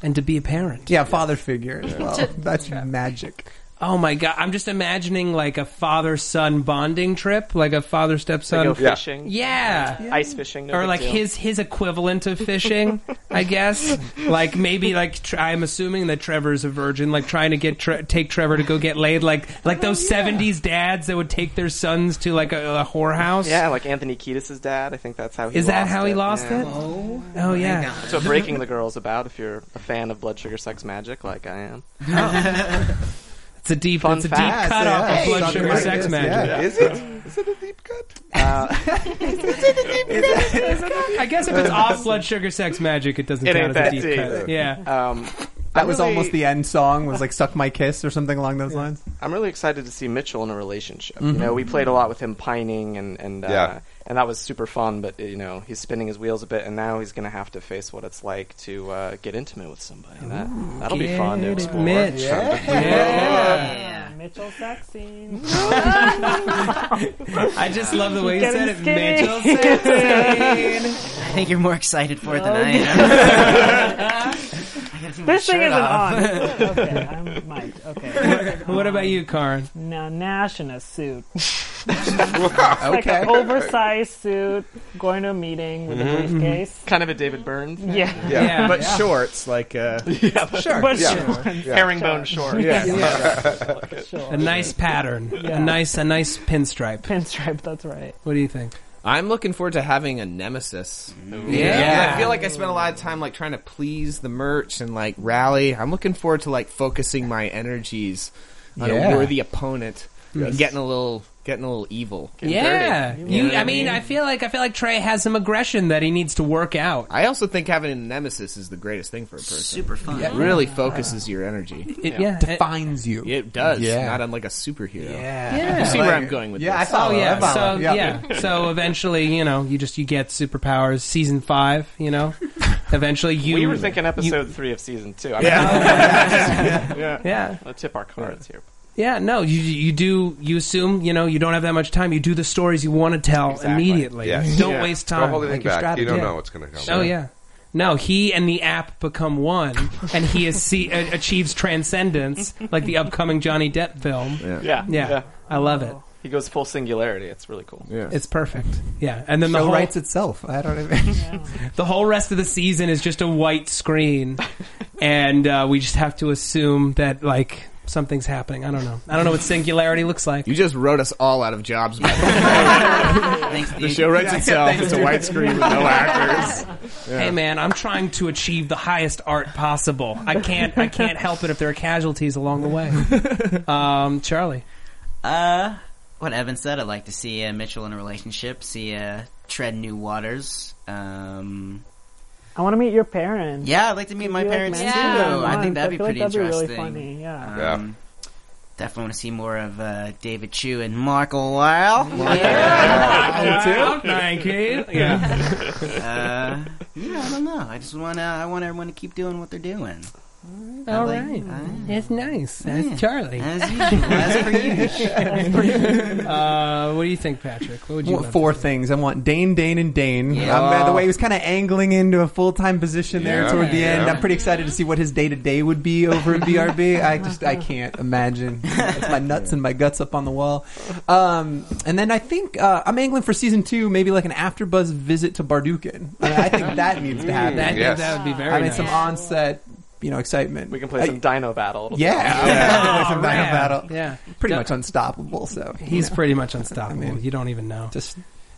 B: And to be a parent.
C: Yeah, father figure as well. That's magic.
B: Oh my god, I'm just imagining like a father-son bonding trip, like a
I: They
B: father-stepson.
I: go
F: Yeah.
I: fishing.
B: yeah.
I: Ice fishing. No
B: Or
I: big
B: like
I: deal.
B: his his equivalent of fishing, I guess. Like maybe like tr- I'm assuming that Trevor's a virgin, like trying to get tre- take Trevor to go get laid, like like
F: Oh,
B: those '70s dads that would take their sons to like a, a whorehouse.
I: Yeah, like Anthony Kiedis' dad. I think that's how he
B: Is that
I: lost
B: how he lost
I: yeah.
B: it? Oh, yeah.
I: That's what Breaking the Girl's about. If you're a fan of Blood Sugar Sex Magic, like I am,
B: Oh. It's a deep,
I: Fun
B: it's a deep
I: fact.
B: cut off
C: Yeah,
B: of blood
C: something
B: sugar
C: like
B: sex
C: this,
B: magic.
C: yeah.
F: Is it? Is it a deep cut?
I: Uh,
B: I guess if it's off blood sugar sex magic, it doesn't
I: It
B: count
I: ain't
B: as a
I: that
B: deep,
I: deep.
B: cut. Yeah.
I: um,
C: That
I: I'm
C: was
I: really-
C: almost the end song. Was like "Suck My Kiss" or something along those lines.
I: I'm really excited to see Mitchell in a relationship. You
B: Mm-hmm.
I: know, we played a lot with him pining and and uh,
F: Yeah.
I: and that was super fun. But you know, he's spinning his wheels a bit, and now he's going to have to face what it's like to uh, get intimate with somebody. That that'll be fun to
B: Get it,
I: explore.
B: Mitch.
E: Yeah.
G: Mitchell sex scene.
B: I just love the way you
G: Get
B: said
G: him
B: it,
G: skinny. Oh,
B: Mitchell. Sexton.
E: I think you're more excited for it than I am. I gotta take my
G: This thing
E: shirt
G: isn't
E: off.
G: on. okay, I'm mic'd. Okay.
B: what about you, Karin?
G: Now Nash in a suit. Like
C: Okay.
G: an oversized suit, going to a meeting with a briefcase.
I: Kind of a David Byrne,
G: Yeah.
J: Mm-hmm,
F: Yeah.
J: but shorts like uh,
G: But
I: herringbone short.
B: A nice pattern,
G: Yeah.
B: a nice, a nice pinstripe.
G: Pinstripe, that's right.
B: What do you think?
J: I'm looking forward to having a nemesis.
B: Yeah.
J: I feel like I spent a lot of time like trying to please the merch and like rally. I'm looking forward to like focusing my energies on
C: Yeah.
J: a worthy opponent, and getting a little getting a little evil.
B: Yeah,
J: dirty. You
B: you.
J: know what
B: I
J: I
B: mean,
J: mean?
B: I feel like I feel like Trey has some aggression that he needs to work out.
J: I also think having a nemesis is the greatest thing for a person.
E: Super fun.
J: It really focuses your energy.
B: It- yeah,
C: Defines you.
J: It does,
C: Yeah.
J: not unlike a superhero.
C: Yeah.
J: You see where I'm going with
C: Yeah, I
J: this?
C: saw.
B: Oh yeah,
C: I follow.
B: so yeah. so eventually, you know, you just you get superpowers. Season five, you know, eventually you.
I: We were thinking
B: you-
I: episode three of season two. I mean, yeah.
B: yeah,
I: I'll tip our cards here.
B: yeah. No, you you do you assume you know you don't have that much time. You do the stories you want to tell immediately.
F: Yes.
B: Don't
F: Yeah.
B: waste
F: Don't
B: time.
F: hold anything
B: Like, your
F: back. You
B: strategy.
F: don't
B: Yeah.
F: know what's going to come.
B: Oh yeah. No, he and the app become one, and he is see, uh, achieves transcendence, like the upcoming Johnny Depp film. Yeah,
I: Yeah,
B: I love it.
I: He goes full singularity. It's really cool.
B: It's perfect. Yeah, and then the
C: Show
B: whole
C: writes itself. I don't even.
B: the whole rest of the season is just a white screen, and uh, we just have to assume that like something's happening. I don't know. I don't know what singularity looks like.
J: You just wrote us all out of jobs. man.
E: Thanks,
J: the
E: dude.
J: show writes itself. It's a white screen with no actors.
B: Hey man, I'm trying to achieve the highest art possible. I can't. I can't help it if there are casualties along the way. Um, Charlie.
E: Uh, what Evan said, I'd like to see uh, Mitchell in a relationship, see uh, tread new waters. Um,
G: I want to meet your parents.
E: yeah, I'd like to meet my
G: You, like,
E: parents
G: mentioned
H: Yeah.
G: them
E: too. I
G: once.
E: think that'd be
G: feel
E: pretty
G: like that'd
E: interesting.
G: Be really funny. Yeah.
E: Um, Definitely want to see more of uh, David Chu and Mark Lyle.
B: Wow, thank you. Yeah.
E: uh, yeah, I don't know. I just want to. I want everyone to keep doing what they're doing.
B: All
E: like-
B: right.
E: I-
B: That's nice. That's
E: Yeah.
B: Charlie.
E: As usual, as per usual.
B: Uh, what do you think, Patrick? What would you?
C: want
B: love
C: four
B: to do?
C: things. I want Dane, Dane, and Dane.
E: Yeah.
C: Um, by the way, he was kind of angling into a full time position there
F: Yeah.
C: toward the end.
F: Yeah.
C: I'm pretty excited to see what his day to day would be over at BRB. I just I can't imagine. It's my nuts and my guts up on the wall. Um, and then I think uh, I'm angling for season two, maybe like an after buzz visit to Bardukin. I, mean, I think that needs
I: Mm,
C: to happen.
B: That,
F: Yes.
B: that would be very
C: I mean,
B: nice.
C: some onset, you know, excitement.
I: We can play
C: I-
I: some Dino Battle. It'll be
C: yeah,
B: Yeah.
C: Some Dino
B: Yeah.
C: battle.
B: Yeah,
C: Pretty
B: Yeah.
C: much unstoppable. So
B: He's
C: you know,
B: pretty much unstoppable.
C: I mean-
B: you don't even know.
C: just.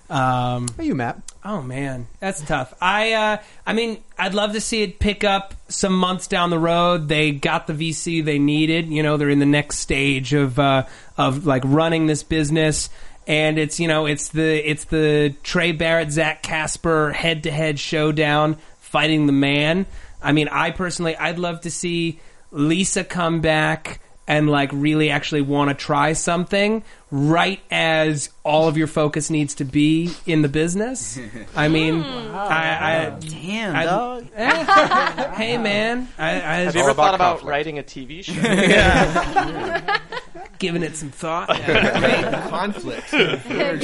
B: Um,
C: Are you Matt?
B: oh man, that's tough. I uh, I mean, I'd love to see it pick up some months down the road. They got the VC they needed. You know, they're in the next stage of uh, of like running this business. And it's you know it's the it's the Trey Barrett Zach Casper head to head showdown fighting the man. I mean, I personally I'd love to see Lisa come back and like really actually want to try something right as all of your focus needs to be in the business. I mean, I,
E: Damn,
B: I,
E: dog.
B: I, hey man, I, I
I: Have you ever
F: about
I: thought about
F: conflict.
I: writing a TV show?
B: giving it some thought.
J: conflict.
H: it's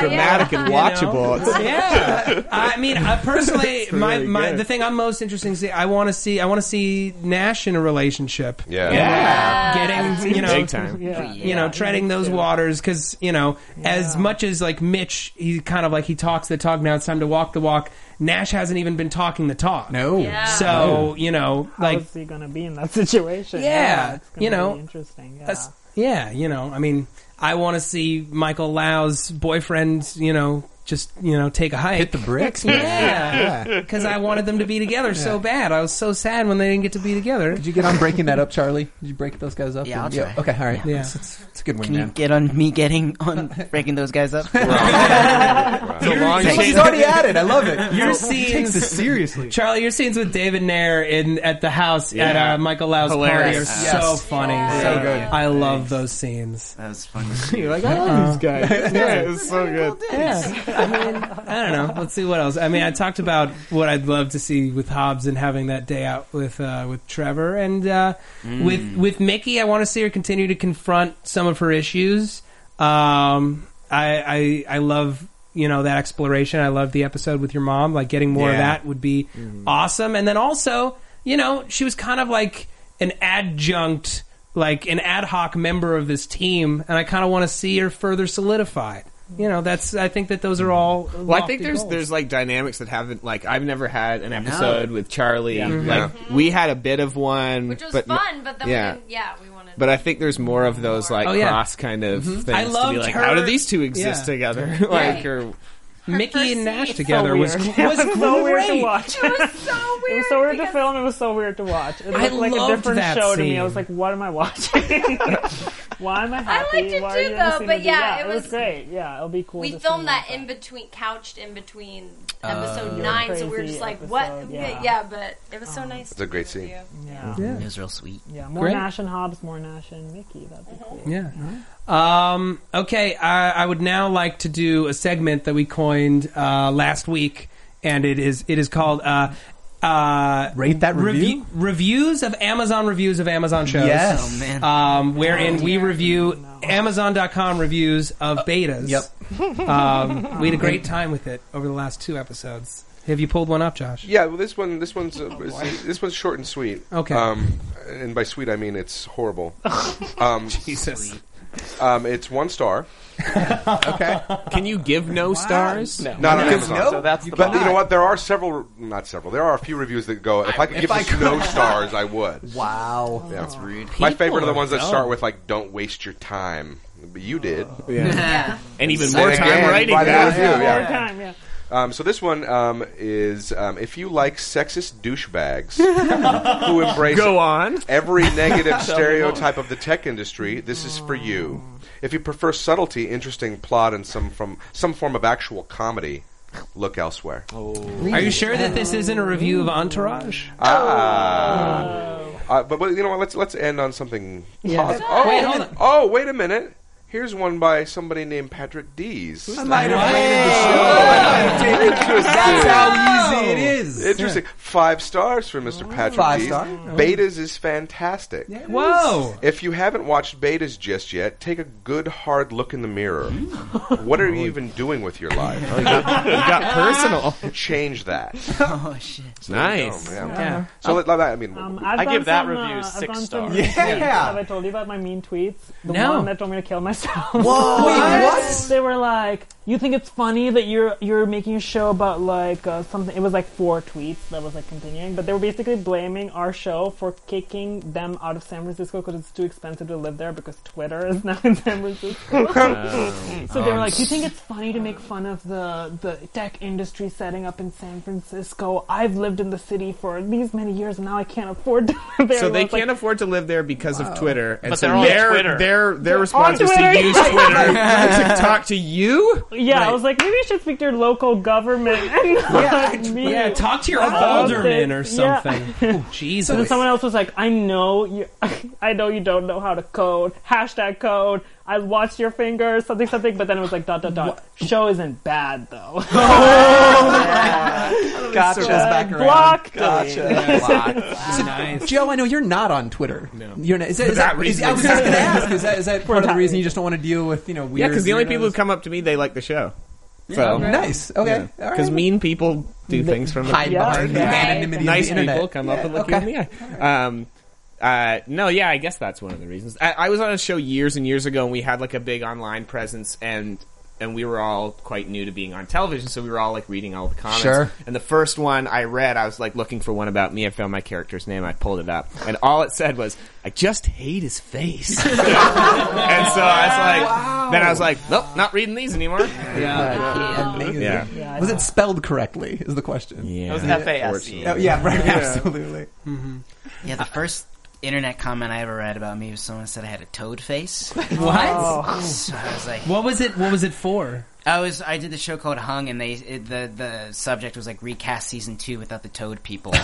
J: dramatic and watchable. It's-
B: yeah. I mean, I personally, my, my the thing I'm most interested in is I want to see I want to see Nash in a relationship.
F: Yeah.
B: Getting you know,
J: Big time.
G: Yeah.
B: you know, treading those waters because you know, as much as like Mitch, he kind of like he talks the talk. Now it's time to walk the walk. Nash hasn't even been talking the talk.
C: No.
H: Yeah.
B: So you know, like
G: How is he going to be in that situation?
B: Yeah,
G: it's
B: you
G: gonna
B: know,
G: be interesting. Yeah.
B: that's- yeah, you know, I mean, I want to see Michael Lau's boyfriend, you know, just you know, take a hike.
C: Hit the bricks.
B: Yeah,
C: Yeah.
B: because I wanted them to be together so bad. I was so sad when they didn't get to be together.
C: Did you get on breaking that up, Charlie? Did you break those guys up?
E: Yeah, I'll try.
C: Okay, all right.
B: Yeah.
C: It's, it's- it's a good one,
E: Can you
C: man.
E: get on me getting on breaking those guys up?
J: It's a long
C: Thanks,
J: chain.
C: He's already at it. I love it.
B: Your
C: He takes this
B: scenes,
C: seriously.
B: Charlie, your scenes with David Nair in at the house at
J: Yeah.
B: uh, Michael Lau's party are
J: Hilarious.
B: so funny.
H: Yeah.
B: So
C: So good.
B: I love those scenes. Uh,
E: That was funny.
J: You're like, I love these guys. Yeah, it was so good.
B: Yeah, I mean, I don't know. Let's see what else. I mean, I talked about what I'd love to see with Hobbs and having that day out with uh, with Trevor and uh, with with Mickey. I want to see her continue to confront some of her issues. Um, I, I I love you know that exploration. I love the episode with your mom. Like getting more of
J: Yeah.
B: that would be awesome. And then also, you know, she was kind of like an adjunct. Like an ad hoc member of this team, and I kind of want to see her further solidified. You know, that's. I think that those are all.
J: Well, I think there's there's like dynamics that haven't like I've never had an episode with Charlie.
F: Yeah.
J: Like we had a bit of one,
H: Which was
J: but n-
H: fun, but then
J: yeah.
H: we didn't, yeah, we wanted.
J: But I think there's more of those like
B: Oh, yeah. Mm-hmm.
J: cross kind of things.
B: I
J: to
B: loved
J: be like,
B: her-
J: How do these two exist
B: Yeah.
J: together? like,
H: Right.
J: or
B: Mickey
H: first
B: and Nash
H: scene.
B: together was was
G: It was so weird to
B: great.
G: watch.
H: it was so weird.
G: It was so weird to
H: because-
G: film. It was so weird to watch. It looked like
B: loved
G: a different
B: that
G: show to me.
B: scene.
G: I was like, what am I watching? Why am I happy?
H: liked it
G: Why
H: too,
G: are you in this
H: though,
G: scene
H: but
G: with me?
H: yeah, it
G: it was
H: was-
G: great. Yeah, it'll be cool.
H: We
G: to see
H: filmed that
G: like
H: in between, couched in between episode nine, so we were
G: Crazy
H: just like,
G: episode,
H: "What?" Yeah.
G: yeah.
H: but it was so nice.
F: It's a great scene.
G: Yeah,
E: It was real sweet.
G: yeah. More
B: Great.
G: Nash and Hobbs. More Nash and Mickey. That'd
H: Mm-hmm.
G: be cool.
B: Yeah. Um, okay, I, I would now like to do a segment that we coined uh, last week, and it is it is called uh, uh,
C: Rate that review?
B: reviews of Amazon reviews of Amazon shows.
C: Yes.
E: Oh man, Oh,
B: Um, wherein we review Amazon.com reviews of betas.
C: Uh, yep.
B: Um, we had a great time with it over the last two episodes. Have you pulled one up, Josh?
F: Yeah, well, this one, this one's
E: Oh,
F: uh, is- this one's short and sweet.
B: Okay.
F: Um, and by sweet, I mean it's horrible. um,
J: Jesus,
F: um, it's one star.
C: Okay.
J: can you give no stars?
I: no.
F: Not on Amazon.
I: so that's the
F: But you know
I: bottom.
F: what? There are several, not several. There are a few reviews that go. If I, could give this no stars, I would.
C: Wow.
F: Yeah.
E: rude.
F: My favorite are the
J: are
F: ones that
J: dumb.
F: start with like, "Don't waste your time." But you did.
E: Yeah.
J: And even more
F: And
J: time
F: again,
J: writing
F: by the
J: that.
F: review,
G: More
F: yeah.
G: time. Yeah.
F: Um, so this one um, is um, if you like sexist douchebags who embrace
J: Go on.
F: every negative stereotype of the tech industry, this is for you. If you prefer subtlety, interesting plot, and some from some form of actual comedy, look elsewhere.
G: Oh.
B: Are you sure that this isn't a review of Entourage?
F: Ah.
C: Oh.
F: Uh, but, but you know what? Let's let's end on something. positive. Oh,
B: Wait, hold on.
F: oh, wait a minute. Here's one by somebody named Patrick Dees.
C: That's how easy it is. Oh.
F: Interesting. Five stars for Mr. Patrick
C: Five
F: Dees.
C: star.
F: Betas is fantastic.
B: Whoa!
F: If you haven't watched betas just yet, take a good hard look in the mirror.
C: Hmm.
F: what are you even doing with your life?
J: Oh, Got personal.
F: Change that.
E: Oh shit.
J: nice.
F: Oh, man.
B: Yeah.
F: So let, let- I mean,
G: Um, I've
I: I
G: done
I: give that
G: some,
I: review
G: uh,
I: six
G: I've done
I: stars.
G: Some
C: Yeah.
G: Have I told you about my mean tweets? The
B: No.
G: one that told me to kill myself.
C: Whoa. Wait, what?
G: They were like, "You think it's funny that you're you're making a show about like uh, something?" It was like four tweets that was like continuing, but they were basically blaming our show for kicking them out of San Francisco because it's too expensive to live there because Twitter is now in San Francisco.
C: Oh.
G: so they were like, "You think it's funny to make fun of the the tech industry setting up in San Francisco? I've lived in the city for these many years, and now I can't afford to live there."
J: So they
G: It's like,
J: can't afford to live there because of Twitter, and
I: But
J: so
I: they're on
J: their
I: Twitter.
J: their their response is to
G: Twitter.
J: use Twitter to talk to you.
G: yeah,
B: Right.
G: I was like, maybe I should speak to your local government. And not me.
B: Yeah, talk to your alderman or something. Ooh, Oh, Jesus.
G: And someone else was like, "I know you. I know you don't know how to code. Hashtag code. I watched your fingers. Something, something." But then it was like, "Dot, dot, dot." Show isn't bad though.
B: Oh,
I: Gotcha.
C: back around.
G: Blocked.
I: Gotcha.
B: nice.
C: Joe, I know you're not on Twitter. No, you're not. Is that, is that, is, I was just going to ask. Is that, is that part of the
G: not.
C: reason you just don't want to deal with you know weird?
D: Yeah, because the only people who
C: weirdos?
D: come up to me, they like the show. So
C: nice. Okay, all right.
D: because mean people do things from
C: hide
G: Yeah,
C: behind the
G: right.
C: anonymity of the
D: nice
C: internet.
D: people come up and look
C: okay.
D: you in the eye. Um, uh, no, yeah, I guess that's one of the reasons. I, I was on a show years and years ago, and we had like a big online presence, and and we were all quite new to being on television, so we were all like reading all the comments.
C: Sure.
D: And the first one I read, I was like looking for one about me. I found my character's name. I pulled it up, and all it said was, "I just hate his face." and so I was like, then I was like, nope, not reading these anymore.
B: Yeah.
C: Amazing.
D: Yeah.
G: Yeah,
C: Was it spelled correctly? Is the question?
D: Yeah.
I: It was F A S E.
C: Oh, yeah, right. Absolutely.
B: Mm-hmm.
E: Yeah, the first internet comment I ever read about me was someone said I had a toad face.
B: What?
F: Oh.
E: so I was like,
B: Oh. What was it? What was it for?
E: I was I did the show called Hung, and they it, the the subject was like recast season two without the toad people.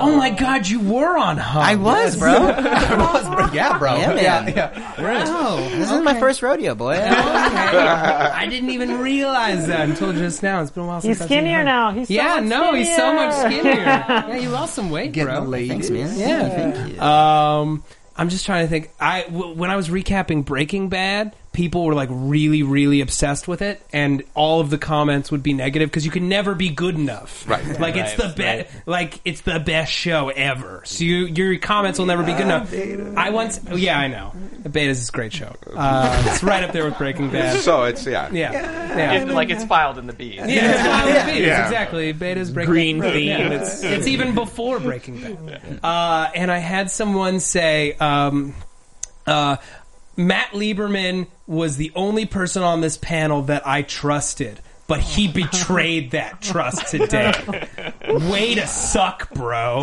B: Oh my God, you were on Hub.
E: I was, bro.
C: Yeah, bro.
E: Yeah, man.
C: yeah.
E: Oh, Wow, this is my first rodeo, boy.
B: I didn't even realize that until just now. It's been a while since
G: He's
B: I've seen
G: skinnier
B: Hub.
G: now. He's so
B: Yeah,
G: much
B: no, he's so much skinnier. yeah, you lost some weight,
C: Getting
B: bro.
C: the ladies.
E: Thanks, man.
B: Yeah.
E: thank you.
B: Um, I'm just trying to think. I w- when I was recapping Breaking Bad, people were like really, really obsessed with it, and all of the comments would be negative because you can never be good enough. Right. Like it's the best. Like it's the best show ever. So you, your comments will never be good enough. I once. Yeah, I know. Beta's is a great show. Uh, it's right up there with Breaking Bad.
F: So it's yeah.
B: Yeah. Yeah.
I: It- Like it's filed in the B.
B: Yeah, it's wild bees,
D: Yeah.
B: exactly. Beta's breaking
D: Green
B: Bad.
D: theme,
B: Yeah. It's,
D: it's-
B: even before Breaking Bad. Uh, and I had someone say, um, uh, Matt Lieberman was the only person on this panel that I trusted, but he betrayed that trust today. Way to suck, bro.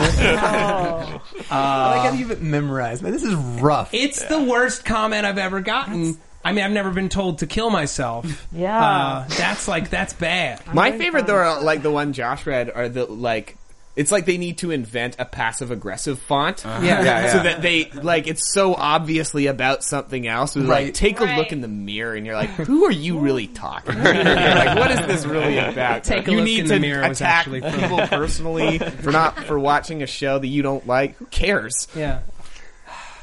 D: Uh,
C: I like how you've memorized. Man, this is rough.
B: It's the worst comment I've ever gotten. I mean, I've never been told to kill myself.
G: Yeah.
B: Uh, that's like, that's bad.
D: My favorite though are like the one Josh read are the like it's like they need to invent a passive aggressive font.
E: Uh-huh.
B: Yeah.
D: So that they like it's so obviously about something else. It's
C: Right.
D: Like take a
K: Right.
D: look in the mirror and you're like, who are you really talking to? You're like, what is this really about?
B: Take a
D: you
B: look
D: need
B: in
D: to
B: the mirror was
D: attack
B: actually from-
D: people personally for not for watching a show that you don't like. Who cares?
B: Yeah.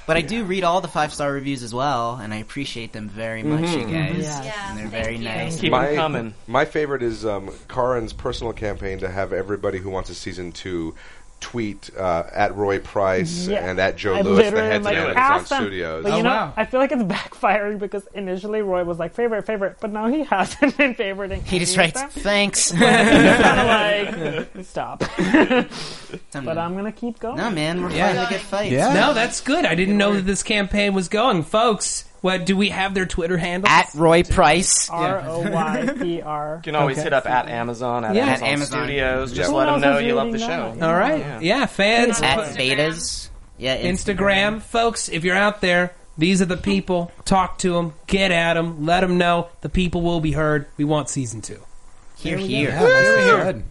E: But I do read all the five star reviews as well, and I appreciate them very much, you guys.
G: Yeah.
K: Yeah,
E: And they're
K: thank
E: very
K: you.
E: nice.
I: Keep
F: My-
I: it coming.
F: My favorite is um, Karin's personal campaign to have everybody who wants a season two tweet uh, at Roy Price
G: Yeah.
F: and at Joe
G: I
F: Lewis, the
G: literally
F: heads
G: am, like,
F: of Amazon
G: ask them,
F: Studios.
G: But you
B: Oh,
G: know,
B: wow.
G: I feel like it's backfiring because initially Roy was like favorite, favorite, but now he hasn't been favoriting.
E: He just
G: any of
E: writes,
G: them.
E: thanks.
G: Kinda like stop. But I'm gonna keep going.
E: No, man, we're
B: Yeah.
E: fighting to get fights.
C: Yeah.
B: No, that's good. I didn't know that this campaign was going, folks. What do we have their Twitter handles?
E: At Roy Price.
G: R O Y P R.
I: You can always
B: Okay.
I: hit up at Amazon, at
B: Yeah.
I: Amazon,
E: At Amazon.
I: Studios. Just
F: Who
I: let them
G: else
I: know
G: is
I: you love the
G: reading
I: show.
G: that?
B: All right, yeah,
I: Yeah.
B: fans,
E: At
B: put-
E: Betas. Yeah,
B: Instagram, folks. If you're out there, these are the people. Talk to them, get at them, let them know the people will be heard. We want season two.
E: Here, here.
C: Yeah, that's good.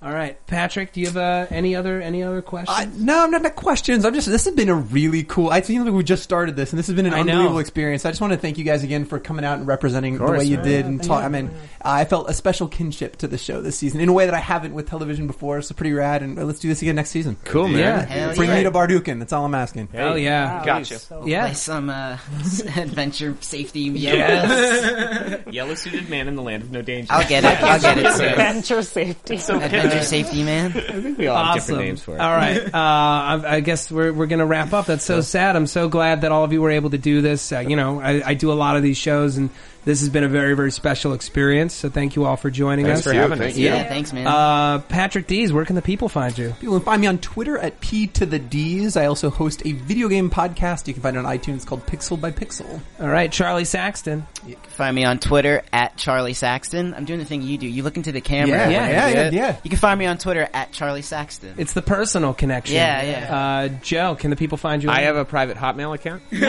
B: All right, Patrick, do you have uh, any other any other questions?
C: I, no, I'm not not questions. I'm just. This has been a really cool. I feel like we just started this, and this has been an
B: I know.
C: unbelievable experience. I just want to thank you guys again for coming out and representing the way you did and talk. I mean, I felt a special kinship to the show this season in a way that I haven't with television before. So pretty rad, and uh, let's do this again next season.
D: Cool man.
E: Hell
C: Bring
E: yeah.
C: me to Bardukin. That's all I'm asking.
B: oh yeah,
I: Gotcha.
B: yeah.
E: Play some uh, adventure safety. Yeah.
D: Yellow suited man in the land of no danger.
E: I'll get it. I'll get it soon.
G: Adventure safety.
E: Adventure safety, man.
D: I think we all have
B: Awesome.
D: different names for it.
B: All right. Uh, I, I guess we're, we're going to wrap up. That's so sad. I'm so glad that all of you were able to do this. Uh, you know, I, I do a lot of these shows, and this has been a very, very special experience. So thank you all for joining
F: Thanks
B: us.
F: for having us.
E: Yeah, thanks, man.
B: Uh, Patrick Dees, where can the people find you?
C: You can find me on Twitter at P to the D's. I also host a video game podcast. You can find it on iTunes. It's called Pixel by Pixel.
B: All right, Charlie Saxton.
E: Find me on Twitter at Charlie Saxton. I'm doing the thing you do. You look into the camera.
C: Yeah,
E: when I
C: yeah,
E: do
C: yeah,
E: it.
C: yeah.
E: You can can find me on Twitter at Charlie Saxton.
B: It's the personal connection.
E: Yeah, yeah.
B: Uh, Joe, can the people find you? on-
J: I have a private Hotmail account, but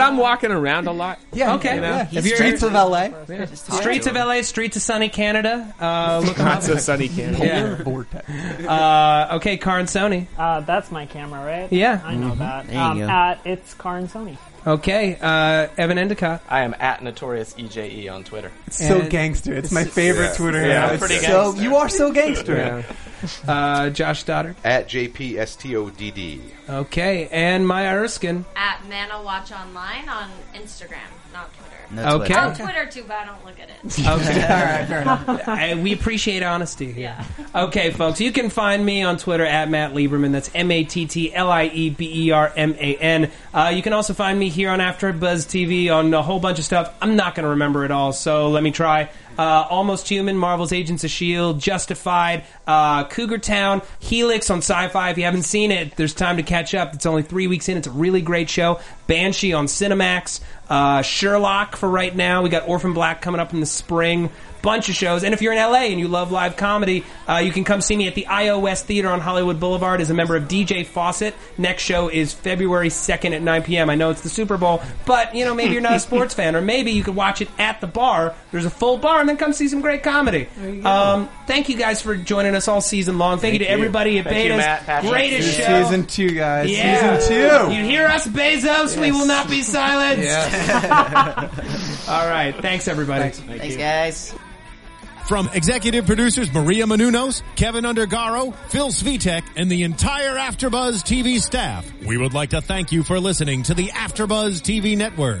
J: I'm walking around a lot.
C: Yeah.
B: Okay.
C: Yeah.
B: Have you
C: Streets
B: ever-
C: of LA.
E: Just talk
B: Streets
E: to
B: of
E: him.
B: LA, streets of sunny Canada. Uh, look 'em up.
J: Not so sunny Canada.
B: Yeah.
C: Board pack.
B: Uh, okay, Karn Sony.
G: Uh, that's my camera, right?
B: Yeah.
G: I know that.
E: Mm-hmm. There you
G: um,
E: go.
G: At it's Karn Sony.
B: Okay, uh, Evan Endicott.
I: I am at notorious EJE on Twitter.
C: It's so
B: And-
C: gangster. It's my favorite Twitter.
I: Yeah,
C: now. It's
I: pretty
C: so
I: gangster.
C: you are so gangster.
B: Uh, Josh Stoddard.
F: At JPSTODD.
B: Okay, and Maya Erskine.
H: At Mana Watch Online on Instagram, not Twitter.
E: No
B: Okay.
E: Twitter.
H: On Twitter too, but I don't look at it.
B: Okay, all right, fair enough. I, we appreciate honesty here. Okay, folks, you can find me on Twitter at Matt Lieberman. That's M A T T L I E B E R M A N. Uh, you can also find me here on After Buzz TV on a whole bunch of stuff. I'm not going to remember it all, so let me try. Uh, Almost Human, Marvel's Agents of S.H.I.E.L.D., E Justified, uh, Cougar Town, Helix on Sci Fi. If you haven't seen it, there's time to catch up. It's only three weeks in. It's a really great show. Banshee on Cinemax, uh, Sherlock for right now. We got Orphan Black coming up in the spring bunch of shows. And if you're in LA and you love live comedy, uh, you can come see me at the iOS Theater on Hollywood Boulevard as a member of DJ Fawcett. Next show is February 2nd at 9 p.m. I know it's the Super Bowl, but you know, maybe you're not a sports fan, or maybe you could watch it at the bar. There's a full bar, and then come see some great comedy. Um, thank you guys for joining us all season long. Thank, you to everybody at
I: Thank you, Matt,
B: Betas.
I: Patrick.
B: Greatest show.
C: Season two, guys.
B: Yeah.
C: Season two.
B: You hear us, Bezos? We will not be silenced.
C: Yes.
B: All right. Thanks, everybody.
E: Thanks, guys.
A: From executive producers Maria Manunos, Kevin Undergaro, Phil Svitek, and the entire Afterbuzz TV staff, we would like to thank you for listening to the Afterbuzz TV network.